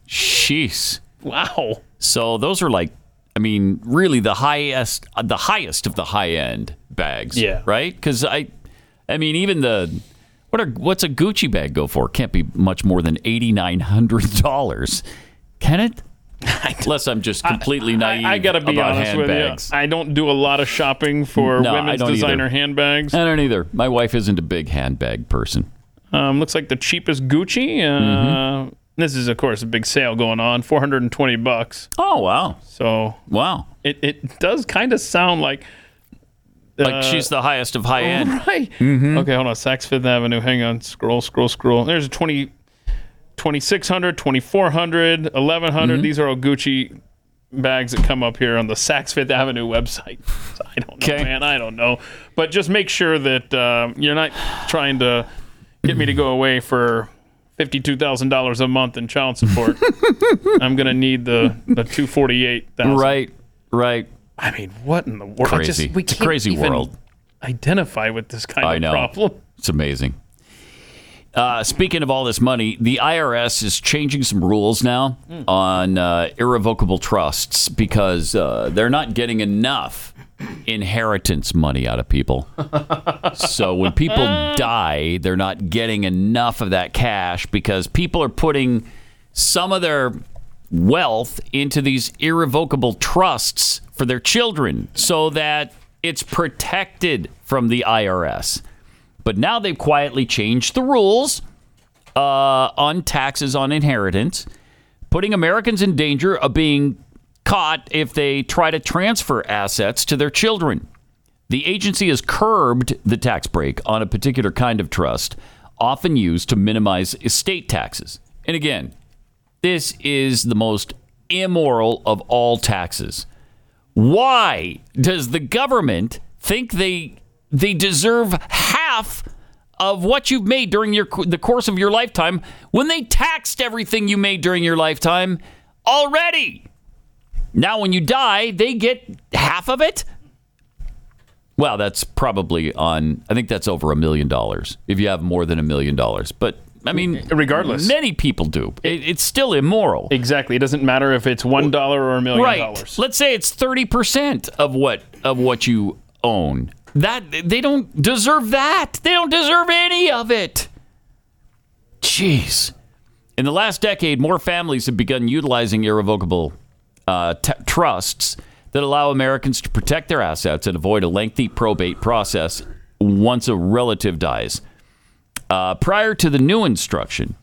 Jeez. Wow. So those are like, I mean, really the highest, uh, the highest of the high end bags. Yeah. Right. Because I, I mean, even the what are what's a Gucci bag go for? Can't be much more than eighty nine hundred dollars, can it? Unless I'm just completely naive. I gotta be about honest handbags. with you. I don't do a lot of shopping for No, I women's don't either. designer handbags. I don't either. My wife isn't a big handbag person. Um, looks like the cheapest Gucci. Uh, Mm-hmm. This is, of course, a big sale going on. Four hundred and twenty bucks. Oh wow! So wow, it it does kind of sound like uh, Like she's the highest of high end. Right. Okay, hold on. Saks Fifth Avenue. Hang on. Scroll, scroll, scroll. There's a 20, 2600, 2400, 1100. These are all Gucci bags that come up here on the Saks Fifth Avenue website. So I don't know, man. I don't know. But just make sure that um, you're not trying to get me to go away for $52,000 a month in child support. I'm going to need the, the 248,000. Right. Right. I mean, what in the world? I just- Crazy. we It's a can't crazy even world. Identify with this kind I of know. problem. It's amazing. Uh, speaking of all this money, the IRS is changing some rules now on uh, irrevocable trusts because uh, they're not getting enough inheritance money out of people. so when people die, they're not getting enough of that cash because people are putting some of their wealth into these irrevocable trusts for their children so that it's protected from the IRS. But now they've quietly changed the rules uh, on taxes on inheritance, putting Americans in danger of being caught if they try to transfer assets to their children. The agency has curbed the tax break on a particular kind of trust, often used to minimize estate taxes. And again, this is the most immoral of all taxes. Why does the government think they they deserve half of what you've made during your the course of your lifetime when they taxed everything you made during your lifetime already? Now when you die, they get half of it? Well, that's probably on. I think that's over a million dollars if you have more than a million dollars. But I mean, Regardless. many people do. It, it's still immoral. Exactly. It doesn't matter if it's one dollar or a million right. dollars. Let's say it's thirty percent of what of what you own. That they don't deserve that. They don't deserve any of it. Jeez. In the last decade, more families have begun utilizing irrevocable uh, t- trusts that allow Americans to protect their assets and avoid a lengthy probate process once a relative dies. Uh, prior to the new instruction,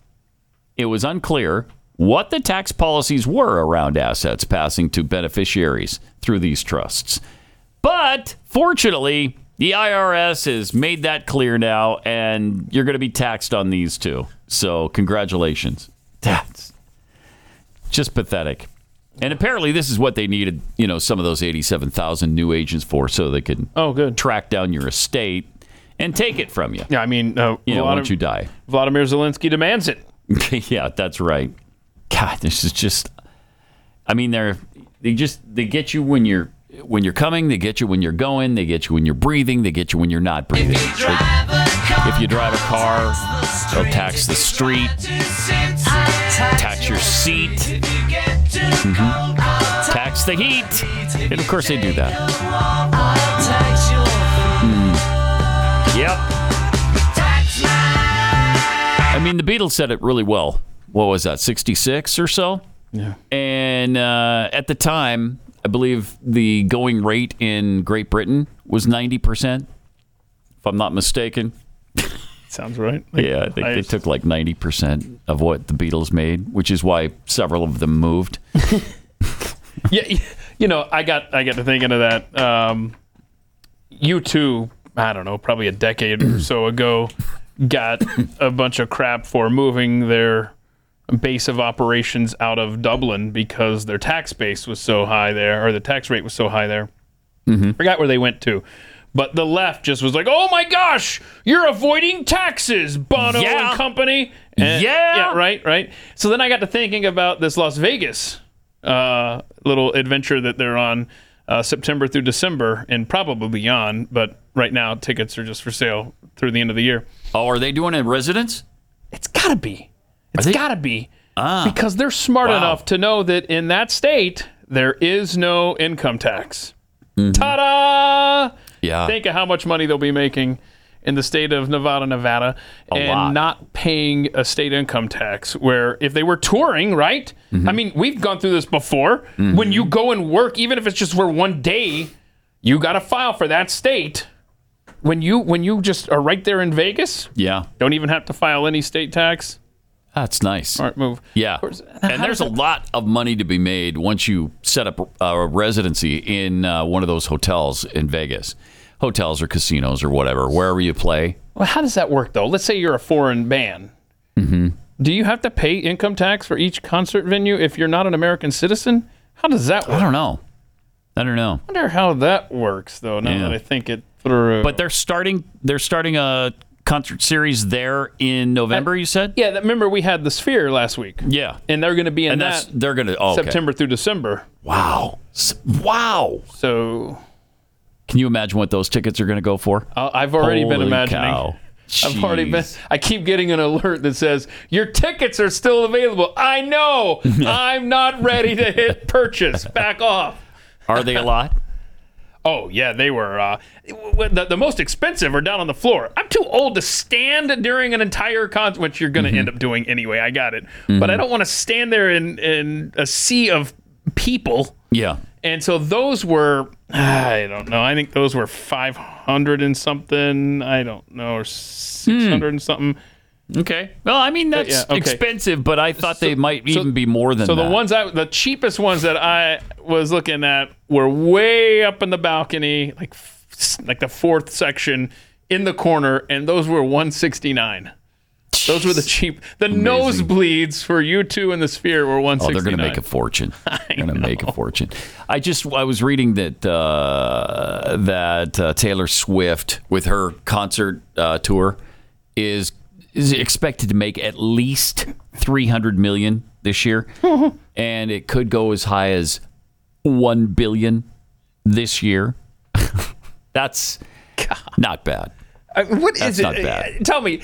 it was unclear what the tax policies were around assets passing to beneficiaries through these trusts. But fortunately, the IRS has made that clear now, and you're going to be taxed on these too. So, congratulations. That's just pathetic. And apparently, this is what they needed, you know, some of those 87,000 new agents for so they could oh, good. track down your estate and take it from you. Yeah, I mean, uh, You know, Vladimir- once you die. Vladimir Zelensky demands it. yeah, that's right. God, this is just. I mean, they're they just they get you when you're when you're coming. They get you when you're going. They get you when you're breathing. They get you when you're not breathing. If you drive a car, they'll tax the street, tax your seat, Mhm. tax the heat, and of course they do that. Mm. Yep. I mean, the Beatles said it really well. What was that, 66 or so? Yeah. And uh, at the time, I believe the going rate in Great Britain was 90%, if I'm not mistaken. Sounds right. yeah, I think they took like 90% of what the Beatles made, which is why several of them moved. yeah, you know, I got I got to thinking of that. Um, you two, I don't know, probably a decade or so ago, got a bunch of crap for moving their base of operations out of Dublin because their tax base was so high there, or the tax rate was so high there. Mm-hmm. Forgot where they went to. But the left just was like, "Oh my gosh, you're avoiding taxes, Bono Yeah. and company." And- Yeah. yeah, right, right. So then I got to thinking about this Las Vegas uh, little adventure that they're on uh, September through December and probably beyond. But right now, tickets are just for sale through the end of the year. Oh, are they doing it in residence? It's gotta be. It's gotta be because they're smart Ah. Wow. enough to know that in that state there is no income tax. Ta-da! Mm-hmm. Yeah. Think of how much money they'll be making in the state of Nevada, Nevada, and lot. not paying a state income tax. Where if they were touring, right? Mm-hmm. I mean, we've gone through this before. When you go and work, even if it's just for one day, you got to file for that state. When you when you just are right there in Vegas, Yeah. don't even have to file any state tax. That's nice. Smart move. Yeah. And there's a lot of money to be made once you set up a residency in uh, one of those hotels in Vegas. Hotels or casinos or whatever, wherever you play. Well, how does that work though? Let's say you're a foreign band. Mhm. Do you have to pay income tax for each concert venue if you're not an American citizen? How does that work? I don't know. I don't know. wonder how that works though. Now Yeah. that I think it through. But they're starting they're starting a concert series there in November, you said? yeah, that, remember we had the Sphere last week. Yeah. and they're going to be in And that's that they're going to oh, okay. September through December. Wow. S- Wow. So Can you imagine what those tickets are going to go for? I- Uh, I've already been Holy imagining. cow. I've already been. Jeez. I keep getting an alert that says your tickets are still available. I know. I'm not ready to hit purchase. Back off. Are they a lot? Oh yeah, they were. Uh, w- w- the, the most expensive are down on the floor. I'm too old to stand during an entire concert, which you're going to Mm-hmm. end up doing anyway. I got it, but I Mhm. don't want to stand there in in a sea of people. Yeah. And so those were, I don't know. I think those were 500 and something. I don't know, or 600 and Hmm. something. Uh, Okay. Well, I mean that's Yeah, okay. expensive, but I thought they might so- even be more than so that. the ones I, the cheapest ones that I was looking at were way up in the balcony, like like the fourth section in the corner, and those were 169. Those were the cheap. The nosebleeds for you two in the sphere were 169. Oh, they're going to make a fortune. They're going to make a fortune. I just I was reading that uh, that uh, Taylor Swift with her concert uh, tour is is expected to make at least 300 million this year and it could go as high as 1 billion this year. That's not bad. I mean, What is That's it? not bad. Uh, Tell me,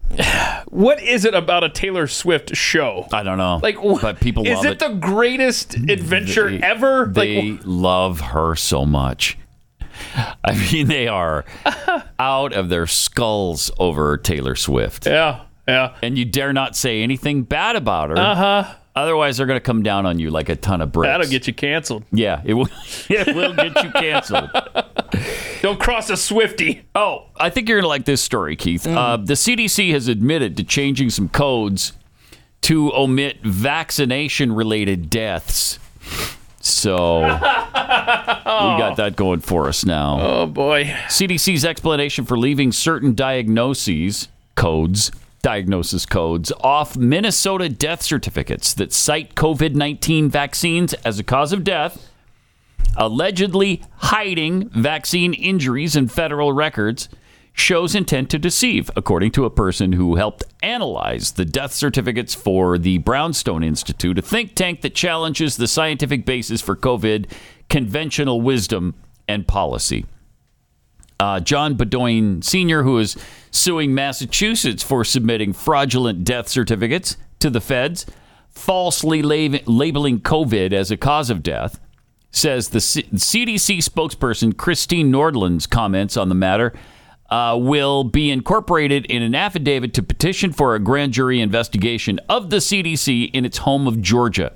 what is it about a Taylor Swift show? I don't know. Like, wh- but people is love it, the greatest adventure ever? like, They love her so much. I mean, they are out of their skulls over Taylor Swift. Yeah, yeah. And you dare not say anything bad about her. Uh-huh. Otherwise, they're going to come down on you like a ton of bricks. That'll get you canceled. Yeah, it will. it will get you canceled. Don't cross a Swifty. Oh, I think you're going to like this story, Keith. Uh, the CDC has admitted to changing some codes to omit vaccination related deaths. So we got that going for us now. Oh, boy. CDC's explanation for leaving certain diagnoses, codes, diagnosis codes off Minnesota death certificates that cite COVID 19 vaccines as a cause of death allegedly hiding vaccine injuries in federal records shows intent to deceive, according to a person who helped analyze the death certificates for the Brownstone Institute, a think tank that challenges the scientific basis for COVID, conventional wisdom, and policy. Uh, John Bedoin Sr., who is suing Massachusetts for submitting fraudulent death certificates to the feds, falsely lab- labeling COVID as a cause of death, says the C- CDC spokesperson Christine Nordland's comments on the matter uh, will be incorporated in an affidavit to petition for a grand jury investigation of the CDC in its home of Georgia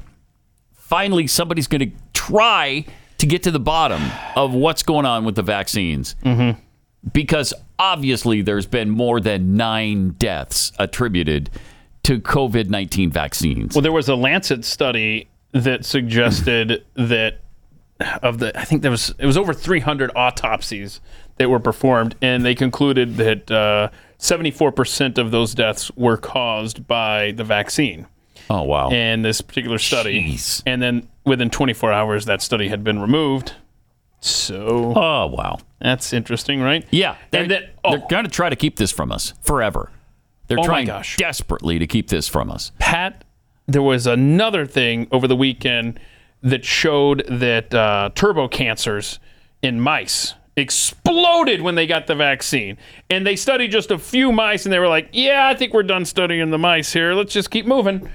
finally somebody's going to try to get to the bottom of what's going on with the vaccines. Because obviously, there's been more than nine deaths attributed to COVID 19 vaccines. Well, there was a Lancet study that suggested that of the I think there was it was over 300 autopsies that were performed, and they concluded that uh, 74% of those deaths were caused by the vaccine. Oh wow! In this particular study, and then within 24 hours, that study had been removed. So, oh wow, that's interesting, right? Yeah, and they're, then they're going to try to keep this from us forever. They're Oh, my trying gosh. desperately to keep this from us. Pat, there was another thing over the weekend that showed that uh, turbo cancers in mice exploded when they got the vaccine. And they studied just a few mice and they were like, yeah, I think we're done studying the mice here. Let's just keep moving.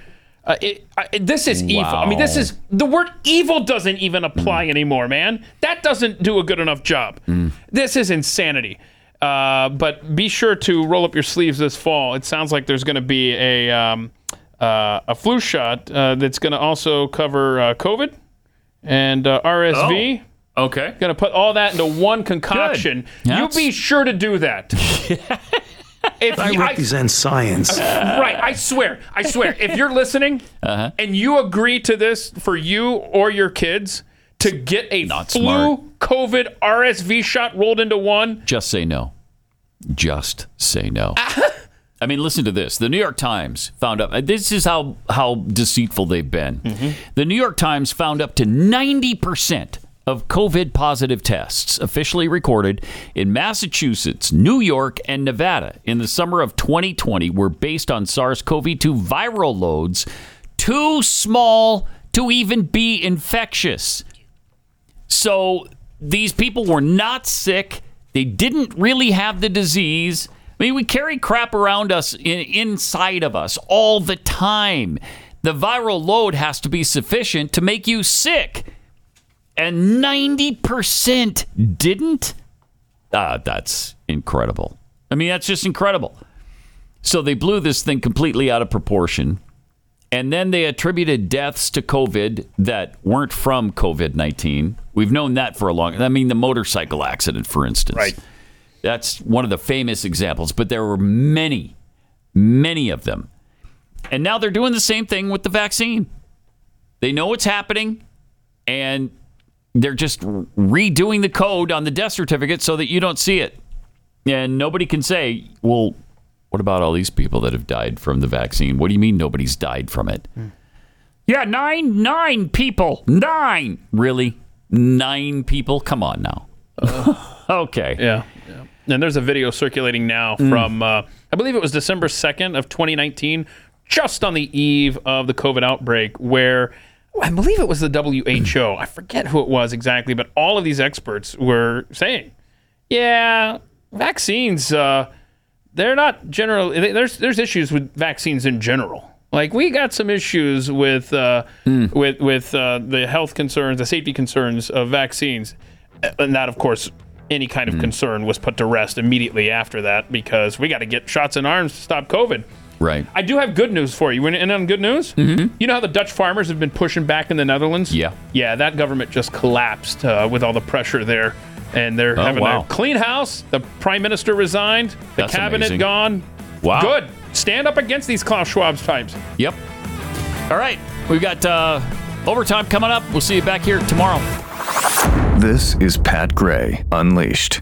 Uh, it, I, it- this is evil. I mean, this Wow. is the word evil doesn't even apply anymore, man. That doesn't do a good enough job. This is insanity. Uh, but be sure to roll up your sleeves this fall. It sounds like there's going to be a um, uh, a flu shot uh, that's going to also cover uh, COVID and uh, RSV. Okay. Going to put all that into one concoction. You be sure to do that. if I you- represent science. right. I swear. I swear. If you're listening and you agree to this for you or your kids to get a flu, COVID, RSV shot rolled into one, Just say no. Just say no. I mean, listen to this. The New York Times found up. This is how how deceitful they've been. The New York Times found up to ninety percent of COVID positive tests officially recorded in Massachusetts, New York, and Nevada in the summer of 2020 were based on SARS-CoV-2 viral loads too small to even be infectious. So these people were not sick. They didn't really have the disease. I mean, we carry crap around us in, inside of us all the time. The viral load has to be sufficient to make you sick. And 90% didn't? Ah, that's incredible. I mean, that's just incredible. So they blew this thing completely out of proportion. And then they attributed deaths to COVID that weren't from COVID 19. We've known that for a long I mean, the motorcycle accident, for instance. Right. That's one of the famous examples, but there were many, many of them. And now they're doing the same thing with the vaccine. They know what's happening, and they're just redoing the code on the death certificate so that you don't see it. And nobody can say, well, what about all these people that have died from the vaccine? What do you mean nobody's died from it? Hmm. Yeah, nine, nine people. Nine. Really? Nine people? Come on now. okay. Uh. Yeah. And there's a video circulating now Mm. from, uh, I believe it was December 2nd of 2019, just on the eve of the COVID outbreak, where I believe it was the WHO. I forget who it was exactly, but all of these experts were saying, yeah, vaccines, uh, they're not general. they- There's there's issues with vaccines in general. Like we got some issues with uh, with with uh, the health concerns, the safety concerns of vaccines, Uh, and that of course any kind of concern was put to rest immediately after that because we got to get shots in arms to stop COVID. Right. I do have good news for you. We're in on good news. Mm-hmm. You know how the Dutch farmers have been pushing back in the Netherlands? Yeah. Yeah, that government just collapsed uh, with all the pressure there. And they're Oh, having wow. a clean house. The prime minister resigned. The That's cabinet amazing. gone. Wow. Good. Stand up against these Klaus Schwab types. Yep. All right. We've got uh, overtime coming up. We'll see you back here tomorrow. This is Pat Gray Unleashed.